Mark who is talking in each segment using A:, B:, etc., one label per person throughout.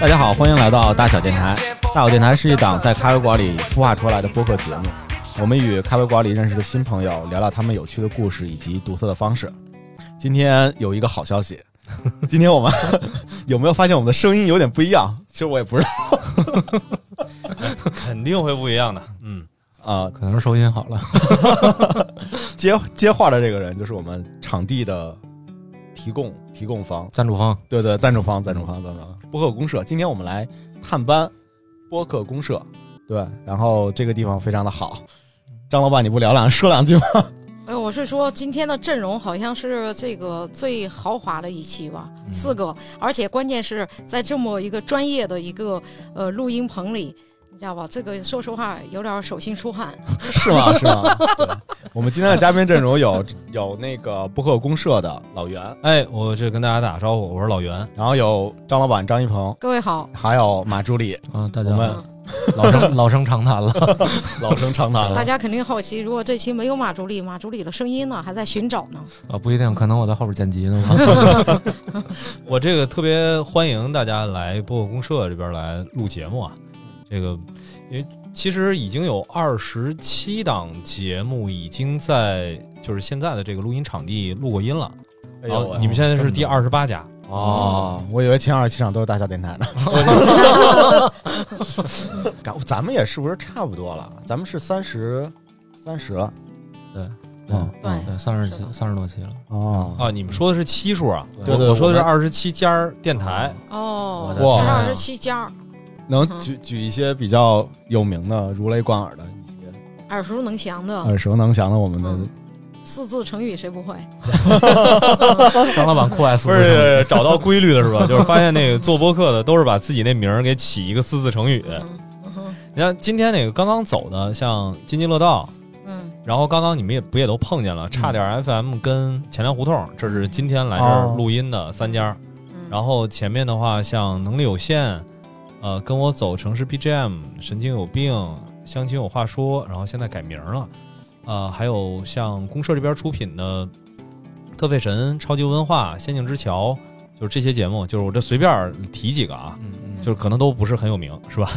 A: 大家好，欢迎来到大小电台。大小电台是一档在咖啡馆里孵化出来的播客节目，我们与咖啡馆里认识的新朋友聊聊他们有趣的故事以及独特的方式。今天有一个好消息，今天我们 有没有发现我们的声音有点不一样？其实我也不知道
B: 肯定会不一样的。嗯，
A: 啊、
C: 可能是收音好了。
A: 接接话的这个人就是我们场地的提供提供方，
C: 赞助方
A: 对对，赞助方，赞助
B: 嗯
A: 方，赞助方，播客公社。今天我们来探班播客公社，对，然后这个地方非常的好。张老板，你不聊两说 两句吗？
D: 哎，我是说今天的阵容好像是这个最豪华的一期吧，四
A: 嗯
D: 个，而且关键是在这么一个专业的一个呃录音棚里，你知道吧？这个说实话有点手心出汗。
A: 是吗？是吗？对，我们今天的嘉宾阵容有有那个播客公社的老袁，
B: 哎，我这跟大家打招呼，我是老袁。
A: 然后有张老板张一鹏，
D: 各位好，
A: 还有马助理，
C: 啊，大
B: 嗯
A: 我
C: 家
A: 们
C: 好，老 生老生常谈了。
A: 老生常谈
D: 大
B: 哎
A: 了。
D: 家肯定好奇，如果这期没有马助理，马助理的声音呢还在寻找呢。
A: 嗯
C: 啊，不一定，可能我在后边剪辑呢。
B: 我这个特别欢迎大家来播客公社这边来录节目啊。这个，因为其实已经有二十七档节目已经在就是现在的这个录音场地录过音了。
A: 哎
B: 然
A: 呦
B: 后
A: 喂
B: 你们现在是第
C: 这么
B: 二十八家，
A: 哦，我以为前二十七场都是大小电台呢。 咱咱们也是不是差不多了？咱们是三十三十了。
C: 对，
A: 嗯
C: 对，
D: 对，
C: 对，三十
D: 是的
C: 几，三十多期了。
A: 哦
B: 啊，你们说的是期数啊？
A: 对对
B: 我我说的是
A: 我
B: 二十七家儿电台。
D: 哦，
C: 我
A: 的天
C: 啊
D: 二十七家，
A: 能举举一些比较有名的、如雷贯耳的一些
D: 耳熟能详的
A: 耳熟能详的我们的，
D: 嗯四字成语谁不会？
C: 张老板酷 爱四
B: 不
C: 字成语，
B: 是找到规律了是吧？就是发现那个做播客的都是把自己那名儿给起一个四字成语。
D: 嗯嗯
B: 你看今天那个刚刚走的，像津津乐道，
D: 嗯，
B: 然后刚刚你们也不也都碰见了，差点 FM 跟钱粮胡同，这是今天来这儿录音的三家。
D: 嗯
B: 然后前面的话，像能力有限，呃，跟我走城市 BGM，神经有病，相亲有话说，然后现在改名了，呃，还有像公社这边出品的特费神、超级文化、仙境之桥，就是这些节目，就是我这随便提几个啊，
C: 嗯
B: 就是可能都不是很有名，是吧？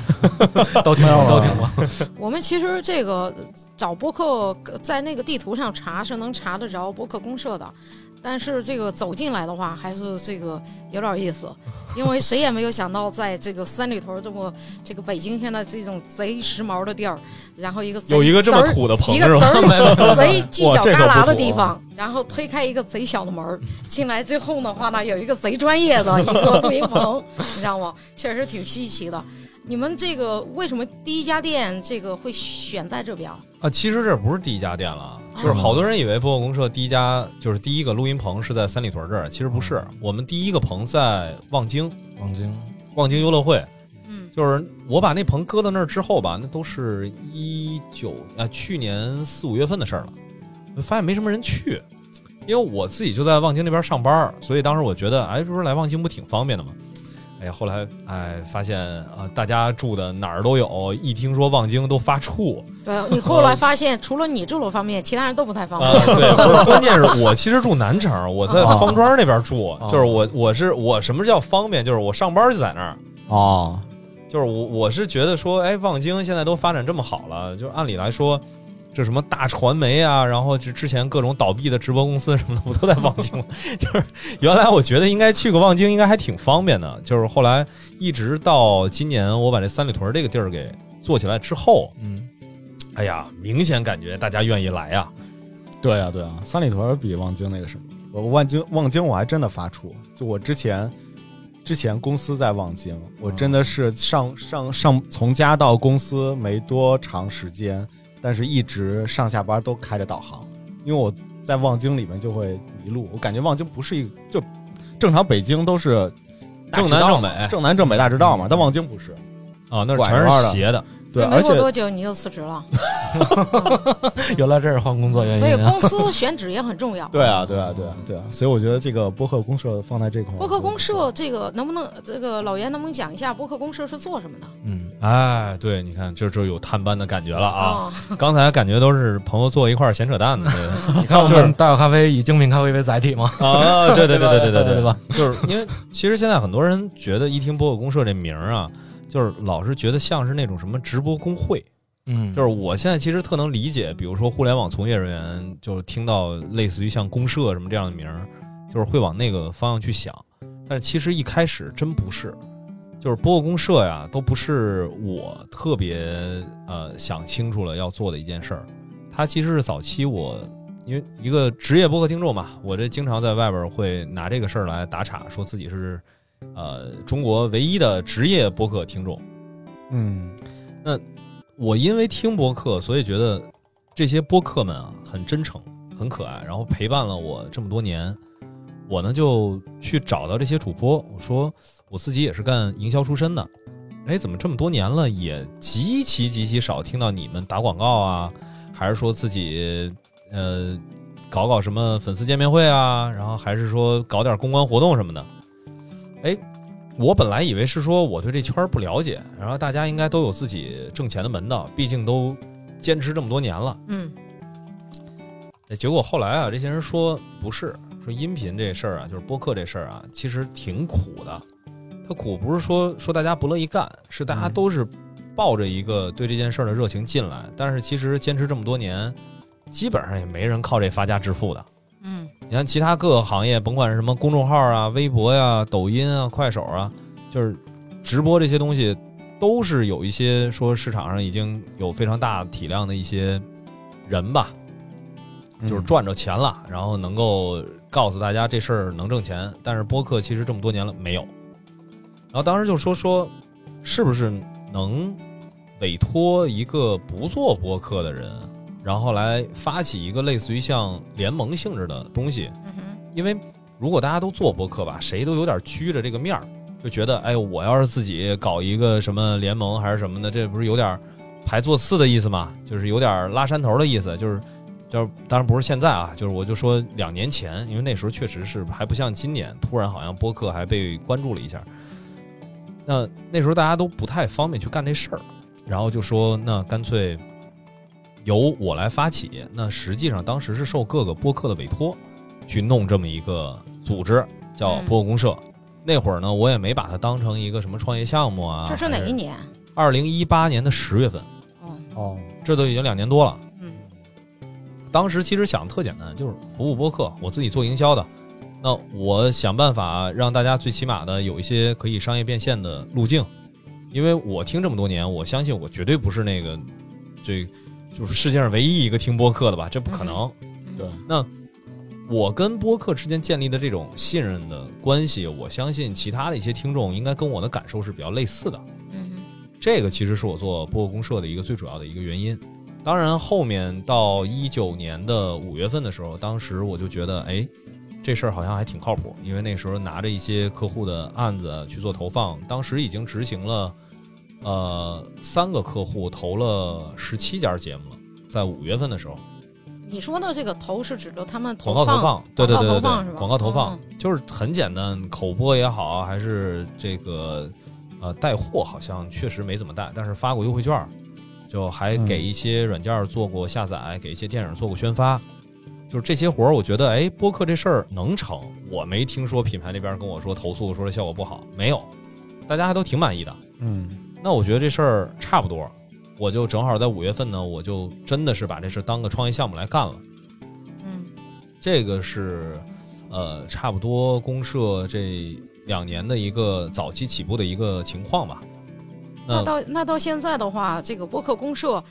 C: 嗯，都听过，
A: 没有
C: 都
A: 啊
C: 听过。
D: 我们其实这个呃找播客呃在那个地图上查是能查得着播客公社的，但是这个走进来的话还是这个有点 意思，因为谁也没有想到在这个三里屯这么这个北京现在这种贼时髦的地儿，然后一个贼
B: 有一个这么
D: 贼儿
B: 土的棚
D: 一
B: 是
D: 个
B: 吧？
D: 贼儿 贼犄角
A: 这可
D: 旮旯
A: 不
D: 的
A: 土
D: 地
A: 啊
D: 方，然后推开一个贼小的门儿，进来之后的话呢，有一个贼专业的一个录音棚，你知道吗？确实挺稀奇的。你们这个为什么第一家店这个会选在这边？
B: 啊，其实这不是第一家店了，就是好多人以为播客公社第一家就是第一个录音棚是在三里屯这儿，其实不是，我们第一个棚在望京，
C: 望京，
B: 望京优乐汇，
D: 嗯
B: 就是我把那棚搁到那儿之后吧，那都是一九啊去年四五月份的事儿了，我发现没什么人去，因为我自己就在望京那边上班儿，所以当时我觉得，哎，这不是来望京不挺方便的吗？哎呀，后来哎发现啊、大家住的哪儿都有，一听说望京都发怵。
D: 对你后来发现，除了你这种方面，其他人都不太方
B: 啊，
D: 便。
B: 对，不是，关键是我其实住南城，我在
A: 啊
B: 方庄那边住，
C: 啊
B: 就是我我是我什么叫方便，就是我上班就在那儿，
A: 哦，
B: 就是我我是觉得说，哎，望京现在都发展这么好了，就是按理来说，这什么大传媒啊，然后这之前各种倒闭的直播公司什么的，不都在望京吗？ 就是原来我觉得应该去个望京，应该还挺方便的。就是后来一直到今年，我把这三里屯这个地儿给做起来之后，
C: 嗯，
B: 哎呀，明显感觉大家愿意来啊呀、
A: 对呀、对呀、三里屯比望京那个什么，我望京望京我还真的发怵，就我之前。之前公司在望京，我真的是上上上从家到公司没多长时间，但是一直上下班都开着导航，因为我在望京里面就会迷路。我感觉望京不是一个就正常北京都是大
B: 正
A: 直道
B: 南正
A: 嘛
B: 北
A: 正南正北大直道嘛，但望京不是。
B: 啊，那
A: 拐
B: 全
A: 弯
B: 是
A: 的
B: 斜的。
A: 对，
D: 没
A: 而且
D: 过多久你就辞职了，
C: 原来这是换工作原
D: 所以
C: 因啊。
D: 公司选址也很重要。
A: 对啊，对啊，对啊，对啊，所以我觉得这个播客公社放在这块儿，
D: 播客公社这个能不能这个老袁能不能讲一下播客公社是做什么的？
C: 嗯，
B: 哎，对，你看，这就有探班的感觉了啊！
D: 哦，
B: 刚才感觉都是朋友坐一块儿闲扯淡的，对
C: 你 看我们大小咖啡以精品咖啡为载体嘛，
B: 啊，对对对对对对
C: 对
B: 对，
C: 吧？
B: 就是因为其实现在很多人觉得一听播客公社这名儿啊，就是老是觉得像是那种什么直播工会，
C: 嗯，
B: 就是我现在其实特能理解，比如说互联网从业人员，就是听到类似于像公社什么这样的名儿，就是会往那个方向去想。但是其实一开始真不是，就是播客公社呀，都不是我特别呃想清楚了要做的一件事儿。它其实是早期我因为一个职业播客听众嘛，我这经常在外边儿会拿这个事儿来打岔，说自己是呃中国唯一的职业播客听众。
A: 嗯，
B: 我因为听播客，所以觉得这些播客们啊很真诚、很可爱，然后陪伴了我这么多年。我呢就去找到这些主播，我说我自己也是干营销出身的，哎，怎么这么多年了也极其极其少听到你们打广告啊，还是说自己呃搞搞什么粉丝见面会啊，然后还是说搞点公关活动什么的，哎。我本来以为是说我对这圈儿不了解，然后大家应该都有自己挣钱的门道，毕竟都坚持这么多年了。
D: 嗯
B: 哎结果后来啊，这些人说不是，说音频这事儿啊，就是播客这事儿啊，其实挺苦的。它苦不是说说大家不乐意干，是大家
C: 嗯
B: 都是抱着一个对这件事儿的热情进来，但是其实坚持这么多年，基本上也没人靠这发家致富的。
D: 嗯
B: 你看其他各个行业，甭管是什么公众号啊、微博呀、抖音啊、快手啊，就是直播这些东西，都是有一些说市场上已经有非常大体量的一些人吧，
A: 嗯
B: 就是赚着钱了，然后能够告诉大家这事儿能挣钱。但是播客其实这么多年了没有，然后当时就说说，是不是能委托一个不做播客的人，然后来发起一个类似于像联盟性质的东西，
D: 嗯哼
B: 因为如果大家都做播客吧，谁都有点拘着这个面儿，就觉得哎呦，我要是自己搞一个什么联盟还是什么的，这不是有点排座次的意思吗？就是有点拉山头的意思，就是就是当然不是现在啊，就是我就说两年前，因为那时候确实是还不像今年，突然好像播客还被关注了一下。那那时候大家都不太方便去干这事儿，然后就说那干脆由我来发起。那实际上当时是受各个播客的委托，去弄这么一个组织，叫
D: 嗯
B: 播客公社。那会儿呢，我也没把它当成一个什么创业项目啊。
D: 这是哪一？年？
B: 二零一八年的十月份，
D: 哦，
A: 哦，
B: 这都已经两年多了。
D: 嗯
B: 当时其实想的特简单，就是服务播客，我自己做营销的，那我想办法让大家最起码的有一些可以商业变现的路径，因为我听这么多年，我相信我绝对不是那个，这就是世界上唯一一个听播客的吧，这不可能。
D: 嗯
A: 对，
B: 我跟播客之间建立的这种信任的关系，我相信其他的一些听众应该跟我的感受是比较类似的。
D: 嗯哼
B: 这个其实是我做播客公社的一个最主要的一个原因。当然，后面到一九年的五月份的时候，当时我就觉得，哎，这事儿好像还挺靠谱，因为那时候拿着一些客户的案子去做投放，当时已经执行了，呃，三个客户投了十七家节目了，在五月份的时候，
D: 你说的这个投是指的他们
B: 广告投
D: 放，
B: 放，对对对对
D: 广告投放是
B: 对，
D: 吧
B: 广告投放
D: 嗯
B: 就是很简单，口播也好，还是这个呃带货，好像确实没怎么带，但是发过优惠券儿，就还
A: 嗯
B: 给一些软件儿做过下载，给一些电影儿做过宣发，就是这些活儿，我觉得哎，播客这事儿能成，我没听说品牌那边跟我说投诉说这效果不好，没有，大家还都挺满意的。
A: 嗯
B: 那我觉得这事儿差不多，我就正好在五月份呢，我就真的是把这事儿当个创业项目来干了。
D: 嗯
B: 这个是呃，差不多公社这两年的一个早期起步的一个情况吧。
D: 那
B: 那
D: 到那到现在的话，这个播客公社，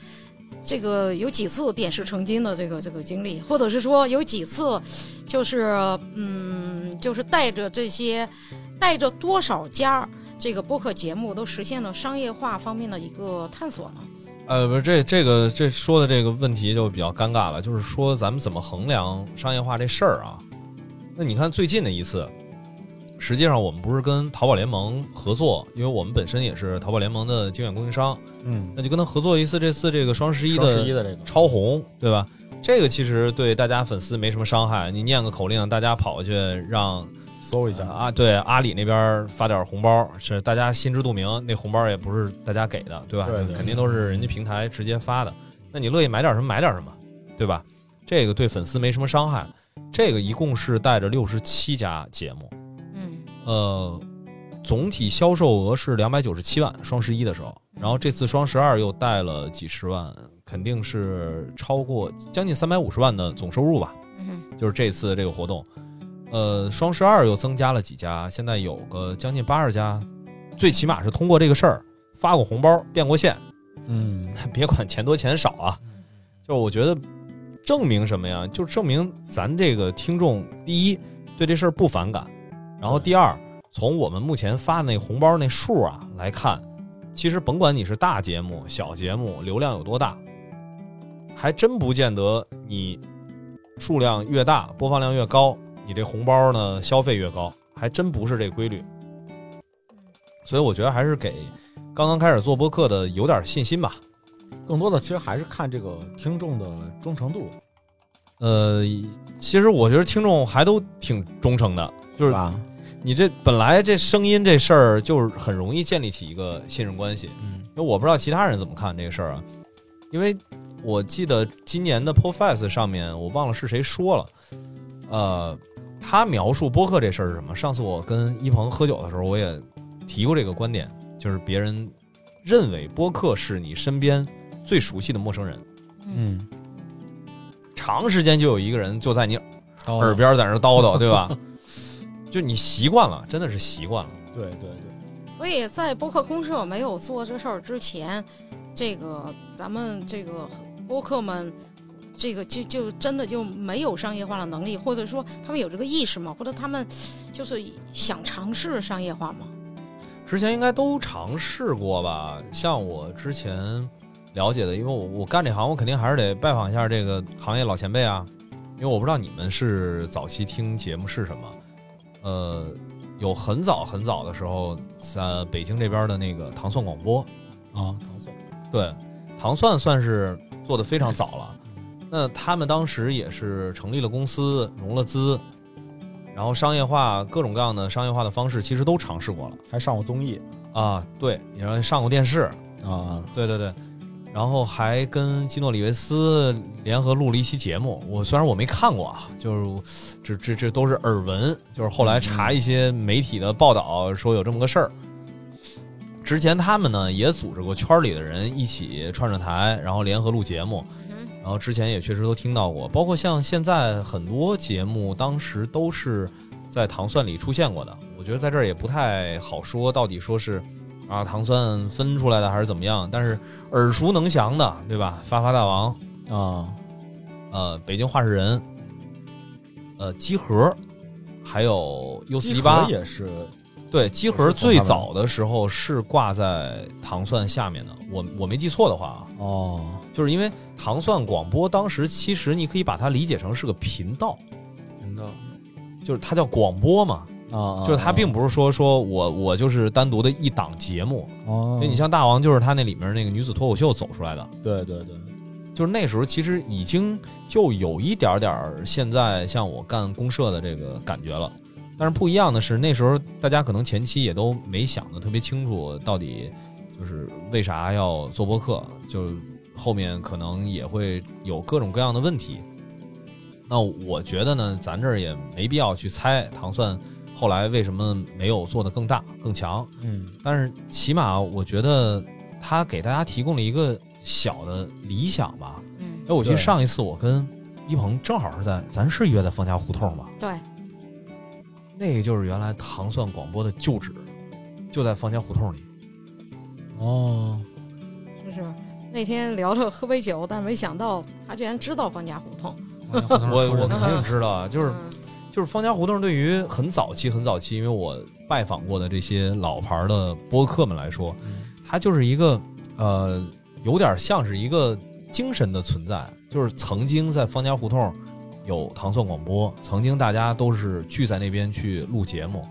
D: 这个有几次点石成金的这个这个经历，或者是说有几次，就是嗯，就是带着这些，带着多少家这个播客节目都实现了商业化方面的一个探索呢？
B: 呃，不是这这个这说的这个问题就比较尴尬了，就是说咱们怎么衡量商业化这事儿啊？那你看最近的一次，实际上我们不是跟淘宝联盟合作，因为我们本身也是淘宝联盟的经验供应商，
A: 嗯，
B: 那就跟他合作一次。这次这个双十一
A: 双
B: 的
A: 十一的这个
B: 超红，对吧？这个其实对大家粉丝没什么伤害，你念个口令，大家跑过去让
A: 搜一下
B: 呃啊，对阿里那边发点红包，是大家心知肚明，那红包也不是大家给的，对吧？
A: 对对
B: 肯定都是人家平台直接发的。那你乐意买点什么买点什么，对吧？这个对粉丝没什么伤害。这个一共是带着六十七家节目，
D: 嗯
B: 呃，总体销售额是两百九十七万，双十一的时候，然后这次双十二又带了几十万，肯定是超过将近三百五十万的总收入吧。
D: 嗯
B: 就是这次这个活动，呃，双十二又增加了几家，现在有个将近八十家，最起码是通过这个事儿发过红包、变过现，
A: 嗯，
B: 别管钱多钱少啊，就是我觉得证明什么呀？就证明咱这个听众，第一对这事儿不反感，然后第二，从我们目前发那红包那数啊来看，其实甭管你是大节目、小节目，流量有多大，还真不见得你数量越大，播放量越高，你这红包呢消费越高，还真不是这规律。所以我觉得还是给刚刚开始做播客的有点信心吧。
A: 更多的其实还是看这个听众的忠诚度，
B: 呃，其实我觉得听众还都挺忠诚的，就是是
A: 吧？
B: 你这本来这声音这事儿就是很容易建立起一个信任关系。
C: 嗯，
B: 因为我不知道其他人怎么看这个事儿啊，因为我记得今年的 Profess 上面我忘了是谁说了，呃，他描述播客这事儿是什么？上次我跟一鹏喝酒的时候，我也提过这个观点，就是别人认为播客是你身边最熟悉的陌生人，
D: 嗯
A: 嗯，
B: 长时间就有一个人就在你
C: 高
B: 耳边在那叨叨，对吧？就你习惯了，真的是习惯了。
A: 嗯对对对，
D: 所以在播客公社没有做这事儿之前，这个咱们这个播客们，这个就就真的就没有商业化的能力，或者说他们有这个意识吗？或者他们就是想尝试商业化吗？
B: 之前应该都尝试过吧？像我之前了解的，因为我我干这行，我肯定还是得拜访一下这个行业老前辈啊，因为我不知道你们是早期听节目是什么。呃，有很早很早的时候，在北京这边的那个糖蒜广播，
A: 啊，唐宋，
B: 对，糖蒜算是做的非常早了。那他们当时也是成立了公司，融了资，然后商业化各种各样的商业化的方式，其实都尝试过了
A: 还上过综艺
B: 啊。对，然后上过电视，
A: 啊，
B: 对对对，然后还跟基诺里维斯联合录了一期节目。我虽然我没看过啊，就是这这这都是耳闻，就是后来查一些媒体的报道说有这么个事儿。之前他们呢也组织过圈里的人一起串串台，然后联合录节目。
D: 嗯
B: 然后之前也确实都听到过，包括像现在很多节目，当时都是在糖蒜里出现过的。我觉得在这儿也不太好说，到底说是啊糖蒜分出来的还是怎么样，但是耳熟能详的，对吧？发发大王，
A: 啊，
B: 呃，北京话事人，呃，鸡盒，还有 U 四
A: 鸡
B: 一
A: 壳
B: 八，
A: 也是，
B: 对，鸡盒最早的时候是挂在糖蒜下面的，我我没记错的话啊，
A: 哦，
B: 就是因为糖蒜广播当时其实你可以把它理解成是个频道，
C: 真的
B: 就是它叫广播嘛，
A: 啊，
B: 就是它并不是说说我我就是单独的一档节目，
A: 哦
B: 因为，你像大王就是他那里面那个女子脱口秀走出来的，
A: 对对对，
B: 就是那时候其实已经就有一点点儿现在像我干公社的这个感觉了，但是不一样的是那时候大家可能前期也都没想的特别清楚到底就是为啥要做播客，就后面可能也会有各种各样的问题。那我觉得呢，咱这儿也没必要去猜糖蒜后来为什么没有做得更大更强，
A: 嗯
B: 但是起码我觉得他给大家提供了一个小的理想吧。
D: 嗯，
B: 哎，我记得
A: 对
B: 上一次我跟一鹏正好是在，咱是约在方家胡同吧？
D: 对，
B: 那个就是原来糖蒜广播的旧址，就在方家胡同里。
A: 哦，
D: 就是那天聊着喝杯酒，但没想到他居然知道方家胡同。
B: 我我肯
D: 看
B: 定知道啊，就是
D: 嗯
B: 就是方家胡同对于很早期很早期，因为我拜访过的这些老牌的播客们来说，它就是一个呃，有点像是一个精神的存在，就是曾经在方家胡同有糖蒜广播，曾经大家都是聚在那边去录节目，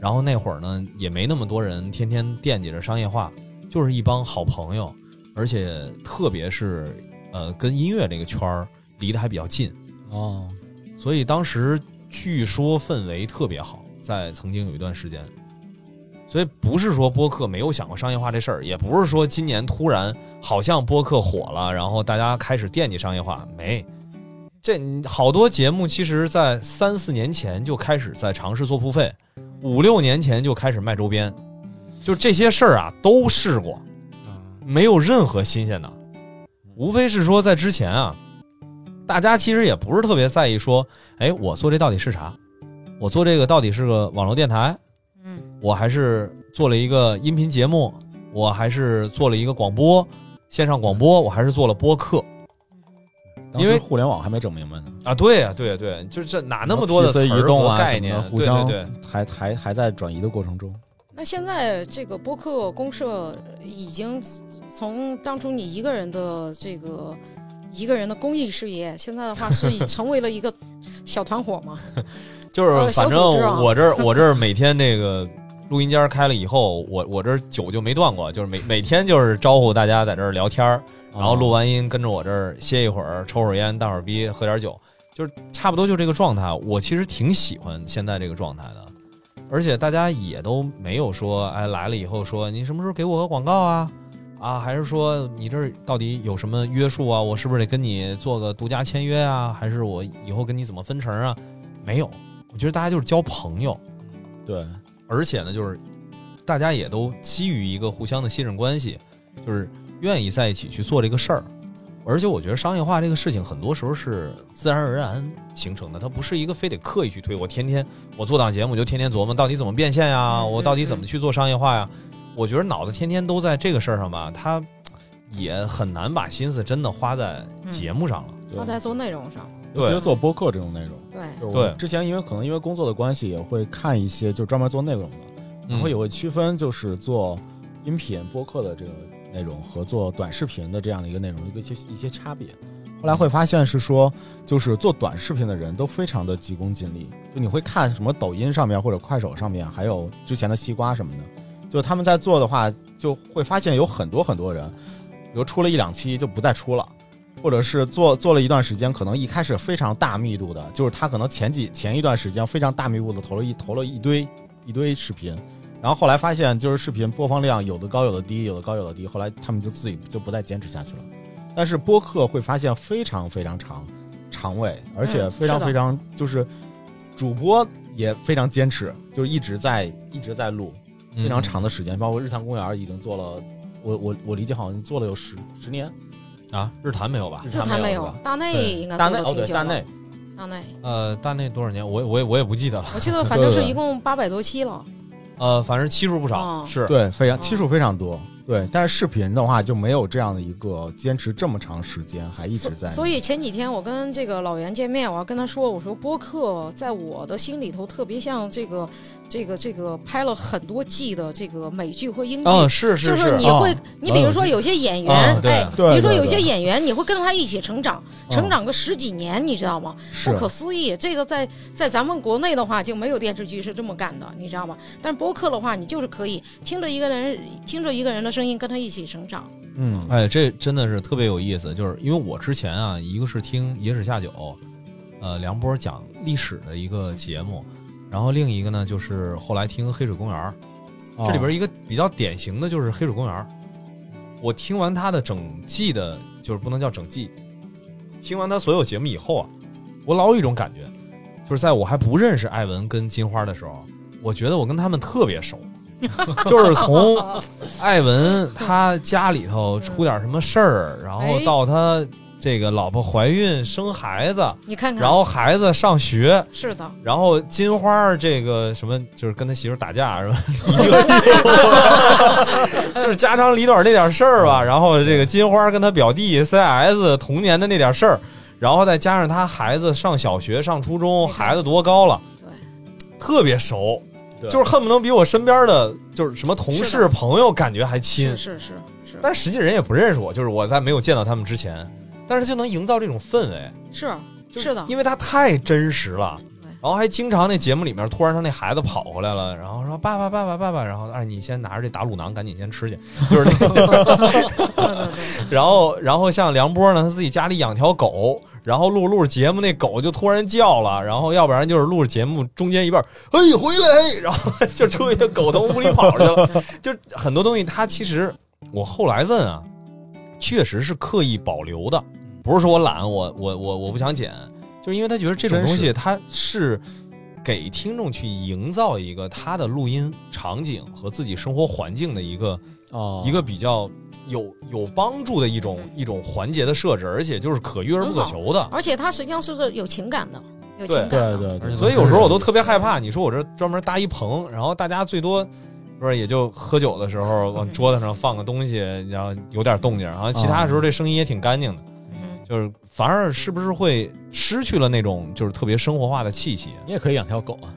B: 然后那会儿呢也没那么多人天天惦记着商业化，就是一帮好朋友，而且特别是呃跟音乐这个圈儿离得还比较近，
A: 哦，
B: 所以当时据说氛围特别好，在曾经有一段时间。所以不是说播客没有想过商业化这事儿，也不是说今年突然好像播客火了，然后大家开始惦记商业化，没。这好多节目其实，在三四年前就开始在尝试做付费，五六年前就开始卖周边，就这些事儿啊都试过，没有任何新鲜的，
A: 嗯
B: 无非是说在之前啊，大家其实也不是特别在意说，哎，我做这到底是啥？我做这个到底是个网络电台，
D: 嗯
B: 我还是做了一个音频节目，我还是做了一个广播，线上广
A: 嗯
B: 播，我还是做了播客
A: 当时
B: 因为
A: 互联网还没整明白呢，
B: 啊！对呀、对呀、对呀、就是这哪那么多的词
A: PC 移
B: 儿
A: 动
B: 和
A: 啊什
B: 概
A: 么
B: 念
A: 的，互
B: 对
A: 相
B: 对对，
A: 还还还在转移的过程中。
D: 那现在这个播客公社已经从当初你一个人的这个一个人的公益事业，现在的话 是已成为了一个小团伙嘛？
B: 就是
D: 呃
B: 反
D: 小
B: 正
D: 组织啊
B: 我这儿我这儿每天这个录音间儿开了以后，我我这儿酒就没断过，就是每每天就是招呼大家在这儿聊天儿，然后录完音跟着我这儿歇一会儿，抽会儿烟，大会儿逼，喝点酒，就是差不多就这个状态。我其实挺喜欢现在这个状态的，而且大家也都没有说，哎，来了以后说你什么时候给我个广告啊？啊，还是说你这儿到底有什么约束啊？我是不是得跟你做个独家签约啊？还是我以后跟你怎么分成啊？没有，我觉得大家就是交朋友，
A: 对，
B: 而且呢，就是大家也都基于一个互相的信任关系，就是愿意在一起去做这个事儿。而且我觉得商业化这个事情，很多时候是自然而然形成的，它不是一个非得刻意去推。我天天我做档节目，我就天天琢磨到底怎么变现呀，
D: 嗯
B: 我到底怎么去做商业化呀。我觉得脑子天天都在这个事儿上吧，他也很难把心思真的花在
A: 嗯
B: 节目上了。
A: 对
D: 他在做内容上，
A: 尤其是做播客这种内容。
D: 对，
A: 就我
B: 对
A: 之前因为可能因为工作的关系，也会看一些就专门做内容的，然
B: 嗯
A: 后也会区分就是做音频播客的这个内容和做短视频的这样的一个内容一个一些一些差别。后来会发现是说，就是做短视频的人都非常的急功近利，就你会看什么抖音上面或者快手上面，还有之前的西瓜什么的，就他们在做的话，就会发现有很多很多人，比如出了一两期就不再出了。或者是做做了一段时间，可能一开始非常大密度的，就是他可能前几前一段时间非常大密度的投了一投了一堆一堆视频，然后后来发现就是视频播放量有的高有的低，有的高有的低，后来他们就自己就不再坚持下去了。但是播客会发现非常非常长长尾，而且
D: 嗯
A: 非常
D: 是的
A: 非常就是主播也非常坚持，就是一直在一直在录，
B: 嗯
A: 非常长的时间，包括日坛公园已经做了，我我我理解好像做了有十十年，
B: 啊，日坛没有吧？
A: 日
D: 这
A: 坛
D: 他
A: 没
D: 没
A: 有
D: 有
A: 吧，
D: 大内应该
A: 大
D: 做
A: 内
D: 的
A: 哦
D: 挺
A: 对
D: 久
A: 大
D: 了，
A: 内
D: 大内，
B: 呃，大内多少年？我我也我也不记得了。
D: 我记得反正是
A: 对对
D: 一共八百多期了，
B: 呃，反正期数不少，
D: 哦
B: 是
A: 对，非常
D: 嗯
A: 期数非常多。对，但是视频的话就没有这样的一个坚持这么长时间，还 一直
D: 所
A: 在。
D: 所以前几天我跟这个老袁见面，我要跟他说，我说播客在我的心里头特别像这个这个这个拍了很多季的这个美剧或英剧。
B: 嗯，是是
D: 就是你
A: 哦
D: 会，你比如说
A: 哦
D: 有些演员
B: 啊，对
D: 哎，
A: 对
D: 比如说
A: 对
D: 有些
A: 对
D: 演员，你会跟着他一起成长，成
A: 嗯
D: 长个十几年，你知道吗？
A: 是
D: 不可思议，这个在在咱们国内的话就没有电视剧是这么干的，你知道吗？但是播客的话，你就是可以听着一个人，听着一个人的声音，跟他一起成长。
A: 嗯，
B: 哎，这真的是特别有意思，就是因为我之前啊，一个是听《野史下酒》，呃，梁波讲历史的一个节目，然后另一个呢就是后来听《黑水公园》，
A: 哦
B: 这里边一个比较典型的就是《黑水公园》，我听完他的整季的，就是不能叫整季，听完他所有节目以后啊，我老有一种感觉，就是在我还不认识艾文跟金花的时候，我觉得我跟他们特别熟，就是从艾文他家里头出点什么事儿，然后到他这个老婆怀孕生孩子，
D: 你看看，
B: 然后孩子上学，
D: 是的，
B: 然后金花儿这个什么就是跟他媳妇儿打架是吧？就是家长里短那点事儿吧。然后这个金花儿跟他表弟 CS 童年的那点事儿，然后再加上他孩子上小学、上初中，
D: 对
B: 孩子多高了，
D: 对，
B: 特别熟，
A: 对
B: 就是恨不能比我身边的就是什么同
D: 是
B: 事
D: 的
B: 朋友感觉还亲
D: 是。是是是
B: 但实际人也不认识我，就是我在没有见到他们之前，但是就能营造这种氛围。
D: 是啊
B: 就是
D: 的，
B: 因为他太真实了
D: 对，
B: 然后还经常那节目里面突然他那孩子跑回来了，然后说爸爸爸爸爸爸，然后哎你先拿着这打卤囊赶紧先吃去，就是那个，
D: 对对对，
B: 然后然后像梁波呢他自己家里养条狗，然后录着录着节目，那狗就突然叫了，然后要不然就是录着节目中间一半，嘿回来，嘿然后就出去狗从屋里跑去了， 就很多东西它其实我后来问啊，确实是刻意保留的，不是说我懒，我我我我不想剪，就是因为他觉得这种
A: 真
B: 东
A: 是
B: 西它是给听众去营造一个他的录音场景和自己生活环境的一个
A: 哦
B: 一个比较有有帮助的一种一种环节的设置，而且就是可遇而不可求的。
D: 而且它实际上是不是有情感的，有情感
A: 对
D: 的。
A: 对对，
B: 所以有时
A: 嗯
B: 候我都特别害怕，你说我这专门搭一棚，然后大家最多不是也就喝酒的时候往桌子上放个东西，然后有点动静，然后其他时候这声音也挺干净的，
D: 嗯，
B: 就是反而是不是会失去了那种就是特别生活化的气息？
E: 你也可以养条狗啊，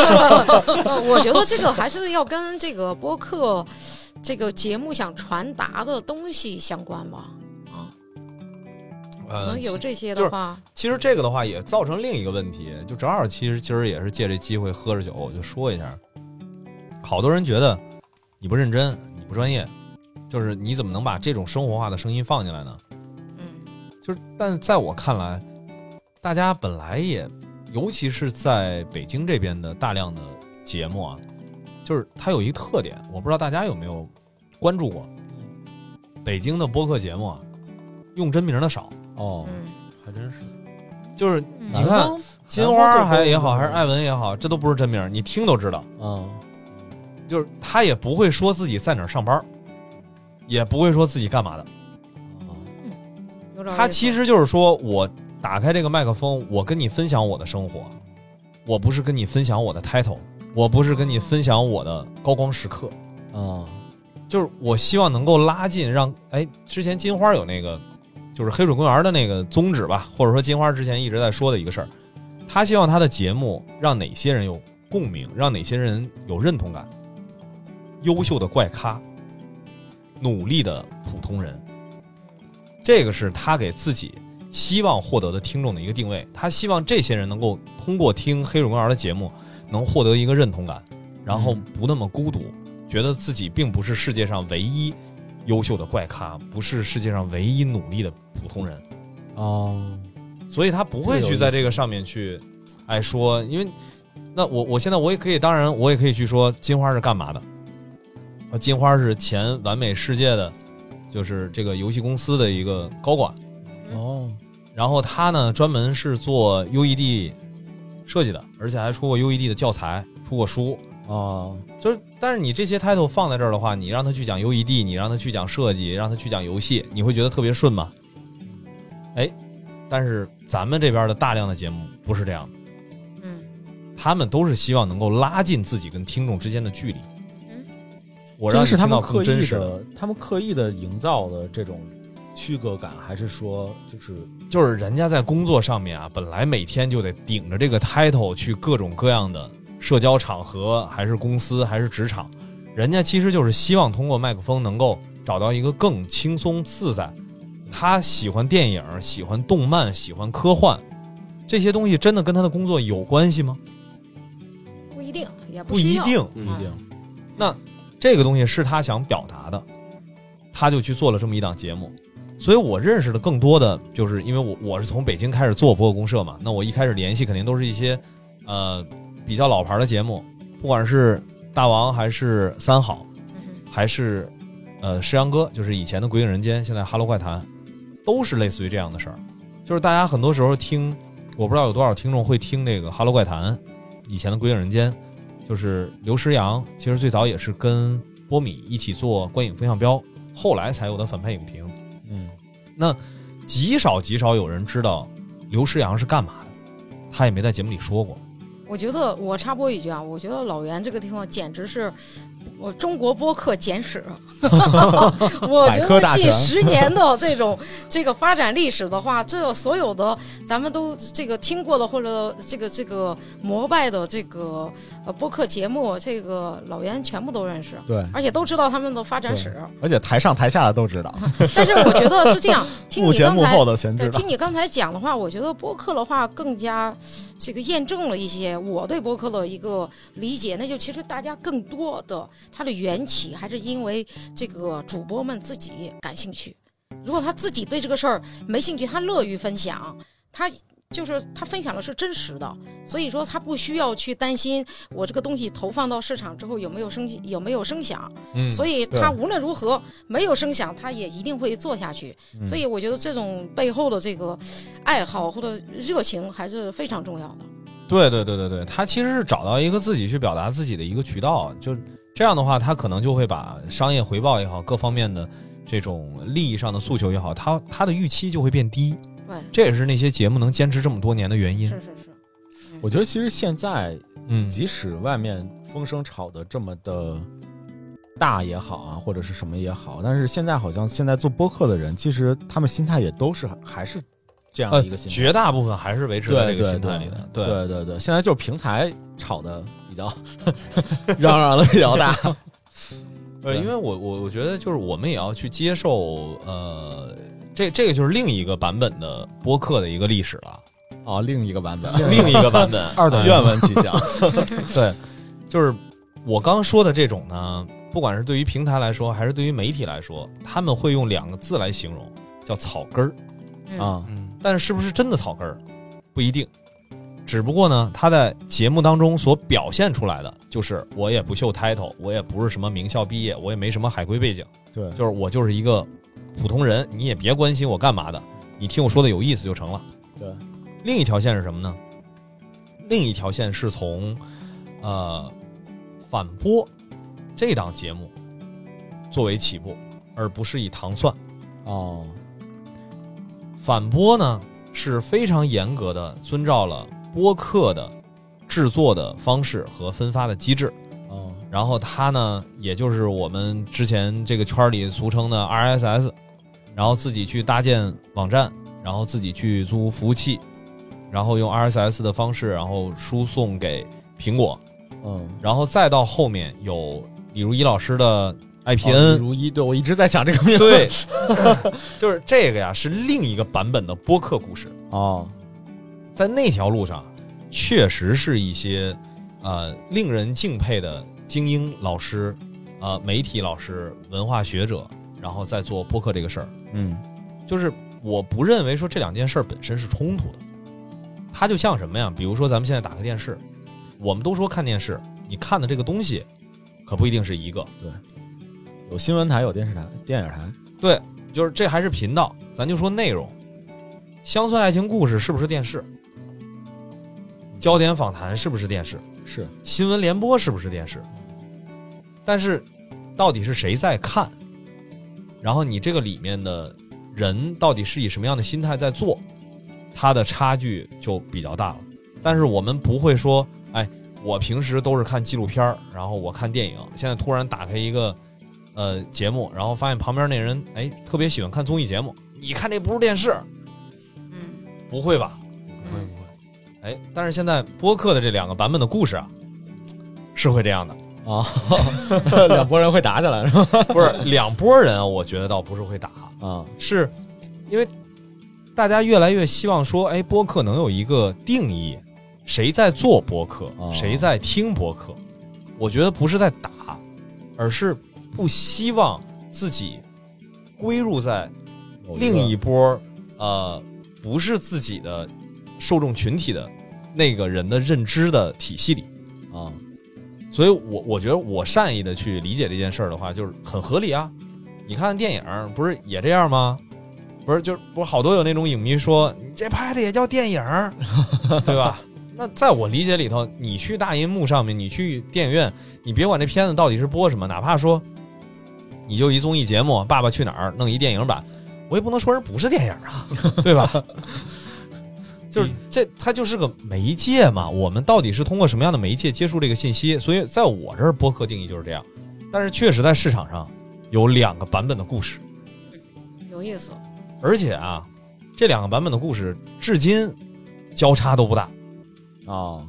D: 呃我觉得这个还是要跟这个播客这个节目想传达的东西相关吧。啊，
B: 呃
D: 能，有这些
B: 就
D: 的
B: 是
D: 话，
B: 其实这个的话也造成另一个问题，就正好其实今儿也是借这机会喝着酒，我就说一下，好多人觉得你不认真，你不专业，就是你怎么能把这种生活化的声音放进来呢？
D: 嗯，
B: 就是，但是在我看来，大家本来也，尤其是在北京这边的大量的节目啊，就是它有一特点，我不知道大家有没有关注过，北京的播客节目啊，用真名的少，
E: 哦，
D: 嗯
E: 还真是。
B: 就是
D: 嗯，
B: 你看金
E: 南
B: 花
E: 方这
B: 还
E: 边
B: 也好，
E: 的
B: 还是艾文也好，这都不是真名儿，你听都知道。
E: 嗯，
B: 就是他也不会说自己在哪儿上班儿，也不会说自己干嘛的。
A: 嗯
D: 有点
B: 他
D: 意思
B: 其实就是说我打开这个麦克风，我跟你分享我的生活，我不是跟你分享我的 title，我不是跟你分享我的高光时刻，
A: 嗯
E: 啊，
B: 就是我希望能够拉近让，哎，之前金花有那个就是黑水公园的那个宗旨吧，或者说金花之前一直在说的一个事儿，他希望他的节目让哪些人有共鸣，让哪些人有认同感。优秀的怪咖，努力的普通人，这个是他给自己希望获得的听众的一个定位。他希望这些人能够通过听黑水公园的节目，能获得一个认同感，然后不那么孤独，觉得自己并不是世界上唯一优秀的怪咖，不是世界上唯一努力的普通人。
A: 嗯
E: 哦，
B: 所以他不会去在这个上面去，哎说，因为那我我现在我也可以，当然我也可以去说金花是干嘛的，啊，金花是前完美世界的，就是这个游戏公司的一个高管，
E: 哦，
B: 然后他呢专门是做 UED 设计的，而且还出过 UED 的教材，出过书，
E: 哦，
B: 就是，但是你这些 title 放在这儿的话，你让他去讲 UED，你让他去讲设计，让他去讲游戏，你会觉得特别顺吗？哎，但是咱们这边的大量的节目不是这样的，
D: 嗯，
B: 他们都是希望能够拉近自己跟听众之间的距离
D: 嗯。
B: 我让
A: 真
B: 你
A: 是他
B: 听
A: 们
B: 到
A: 刻
B: 更
A: 意
B: 真实，
A: 的，他们刻意的营造的这种区隔感，还是说就是
B: 就是人家在工作上面啊，本来每天就得顶着这个 title 去各种各样的社交场合，还是公司，还是职场，人家其实就是希望通过麦克风能够找到一个更轻松自在。他喜欢电影，喜欢动漫，喜欢科幻，这些东西真的跟他的工作有关系吗？
D: 不一定，也
B: 不
D: 需
B: 一
D: 要，
B: 定。
E: 不
D: 一定
B: 这个东西是他想表达的，他就去做了这么一档节目。所以我认识的更多的就是因为我我是从北京开始做播客公社嘛，那我一开始联系肯定都是一些呃比较老牌的节目，不管是大王还是三好，
D: 嗯
B: 还是呃石阳哥，就是以前的《鬼影人间》，现在《哈喽怪谈》，都是类似于这样的事儿。就是大家很多时候听，我不知道有多少听众会听那个《哈喽怪谈》，以前的《鬼影人间》，就是刘诗阳，其实最早也是跟波米一起做观影风向标，后来才有的反派影评。
E: 嗯，
B: 极少极少有人知道刘诗阳是干嘛的，他也没在节目里说过。
D: 我觉得我插播一句啊，我觉得老袁这个地方简直是我中国播客 简史。我觉
A: 百科
D: 得
A: 大全
D: 近十年的这种这个发展历史的话，这所有的咱们都这个听过的或者这个这个膜拜的这个呃播客节目，这个老袁全部都认识。
A: 对？
D: 而且都知道他们的发展史，
A: 而且台上台下的都知道，
D: 但是我觉得是这 样。听
A: 幕
D: 你
A: 前
D: 刚
A: 幕
D: 才
A: 后的全
D: 对，
A: 知道
D: 听。你刚才讲的话，我觉得播客的话更加这个验证了一些我对播客的一个理解，那就其实大家更多的它的缘起还是因为这个主播们自己感兴趣。如果他自己对这个事儿没兴趣，他乐于分享，他就是他分享的是真实的，所以说他不需要去担心我这个东西投放到市场之后有没有声有没有声响，
B: 嗯，
D: 所
B: 以
D: 以他无论如何没有声响，他也一定会做下去。
A: 嗯
D: 所以我觉得这种背后的这个爱好或者热情还是非常重要的。
B: 对对对对对，他其实是找到一个自己去表达自己的一个渠道，就这样的话，他可能就会把商业回报也好，各方面的这种利益上的诉求也好，他他的预期就会变低，
D: 对，
B: 这也是那些节目能坚持这么多年的原因
D: 是。是是，嗯
A: 我觉得其实现在
B: 嗯，
A: 即使外面风声吵得这么的大也好啊，或者是什么也好，但是现在好像现在做播客的人，其实他们心态也都是还是这样的
B: 呃
A: 一个，心态。
B: 绝大部分还是维持在
A: 对
B: 这个
A: 对
B: 心态里
A: 对
B: 的。对
A: 对对对，现在就是平台吵的比较 嚷嚷的比较大，
B: 呃，
A: 对
B: 因为我我我觉得就是我们也要去接受，呃，这这个就是另一个版本的播客的一个历史了，
A: 哦，另一个版本，
B: 另一个版本
C: 二等
A: 啊愿闻其 详。
B: 对，就是我刚说的这种呢，不管是对于平台来说，还是对于媒体来说，他们会用两个字来形容，叫草根儿。
D: 嗯
A: 啊，
C: 嗯，
B: 但是是不是真的草根儿，不一定。只不过呢，他在节目当中所表现出来的，就是我也不秀 title，我也不是什么名校毕业，我也没什么海归背景，
A: 对，
B: 就是我就是一个普通人，你也别关心我干嘛的，你听我说的有意思就成了。
A: 对，
B: 另一条线是什么呢？另一条线是从呃反播这档节目作为起步，而不是以糖蒜。
E: 哦，
B: 反播呢是非常严格的遵照了播客的制作的方式和分发的机制。
E: 哦，
A: 嗯
B: 然后它呢，也就是我们之前这个圈儿里俗称的 RSS，然后自己去搭建网站，然后自己去租服务器，然后用 RSS 的方式，然后输送给苹果，
E: 嗯，
B: 然后再到后面有李如一老师的
A: 哦李
B: IPN，、
A: 如一，对我一直在想这个名字。
B: 对， 就是这个呀，是另一个版本的播客故事。
E: 哦，
B: 在那条路上，确实是一些呃令人敬佩的精英老师、呃媒体老师、文化学者，然后在做播客这个事儿。
A: 嗯，
B: 就是我不认为说这两件事儿本身是冲突的，它就像什么呀？比如说咱们现在打开电视，我们都说看电视，你看的这个东西可不一定是一个，
A: 有新闻台，有电视台，电影台。
B: 就是这还是频道，咱就说内容。乡村爱情故事是不是电视？焦点访谈是不是电视？
A: 是
B: 新闻联播是不是电视？但是到底是谁在看？然后你这个里面的人到底是以什么样的心态在做，它的差距就比较大了。但是我们不会说，哎，我平时都是看纪录片儿，然后我看电影，现在突然打开一个呃节目，然后发现旁边那人哎特别喜欢看综艺节目，你看这不是电视，
D: 嗯
B: 不会吧？
D: 嗯
B: 哎，但是现在播客的这两个版本的故事啊，是会这样的。
A: 哦， 两拨人会打起来是 吧？
B: 不是两拨人啊，我觉得倒不是会打，
A: 啊，
B: 是因为大家越来越希望说，哎，播客能有一个定义，谁在做播客，
E: 哦
B: 谁在听播客。我觉得不是在打，而是不希望自己归入在另一波呃不是自己的受众群体的那个人的认知的体系里。
E: 哦，
B: 所以我我觉得我善意的去理解这件事儿的话，就是很合理啊。你看电影儿不是也这样吗？不是，就是不是好多有那种影迷说你这拍的也叫电影儿，对吧？ 那在我理解里头，你去大银幕上面，你去电影院，你别管这片子到底是播什么，哪怕说你就一综艺节目《爸爸去哪儿》弄一电影版，我也不能说人不是电影啊，对吧？就是
D: 嗯
B: 这，它就是个媒介嘛。我们到底是通过什么样的媒介接触这个信息？所以在我这儿，播客定义就是这样。但是确实在市场上有两个版本的故事，
D: 嗯有意思，
B: 而且啊，这两个版本的故事至今交叉都不大。
A: 啊
E: 哦，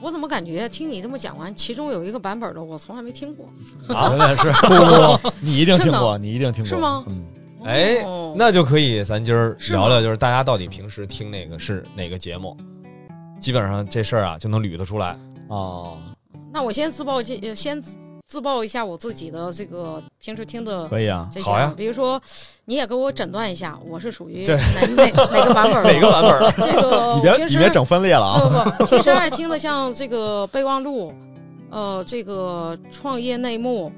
D: 我怎么感觉听你这么讲完，其中有一个版本的我从来没听过，
A: 我也是，不不不，你一定听
D: 是
A: 过，
D: 吗
A: 你一定听过，
D: 是吗
A: 嗯，
B: 哎
D: 哦
B: 那就可以，咱今儿
D: 是吗
B: 聊聊，就是大家到底平时听哪个是哪个节目， 基本上这事儿啊就能捋得出来。
E: 哦，
D: 呃那我先自报先先自曝一下我自己的这个平时听的
A: 可以啊，
D: 这些
B: 好呀
D: 啊，比如说你也给我诊断一下，我是属于
A: 这
D: 哪哪哪个版本儿的？
B: 哪个版本儿？
D: 这 个
A: 你别
D: 平
A: 你
D: 时
A: 别整分裂了啊！
D: 不不，平时爱听的像这个备忘录，呃，这个创业内幕，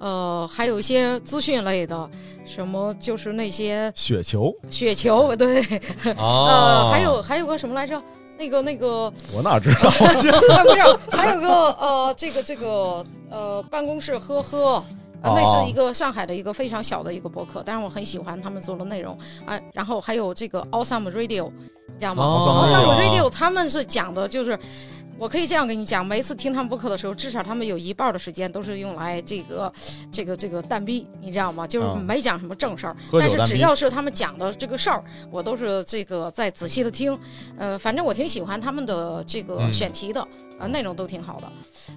D: 呃，还有一些资讯类的，什么就是那些
A: 雪球，
D: 雪球，对，
B: 哦
D: 呃，，还有还有个什么来着？那个那个
A: 我哪知 道？
D: 不是，还有个呃，这个这个呃，办公室呵呵。啊，那
A: 哦
D: 是一个上海的一个非常小的一个博客，但是我很喜欢他们做的内容啊。然后还有这个 Awesome Radio，你知道吗？
A: 哦
D: 好像我
A: 哦
D: radio 他们是讲的，就是我可以这样跟你讲，每一次听他们播客的时候，至少他们有一半的时间都是用来这个、这个、这个蛋逼，你知道吗？就是
A: 嗯
D: 没讲什么正事儿，
A: 喝
D: 但
A: 酒
D: 是
A: 蛋
D: 只
A: 逼，
D: 要是他们讲的这个事儿，我都是这个在仔细的听。呃，反正我挺喜欢他们的这个
B: 嗯
D: 选题的，啊，内容都挺好的。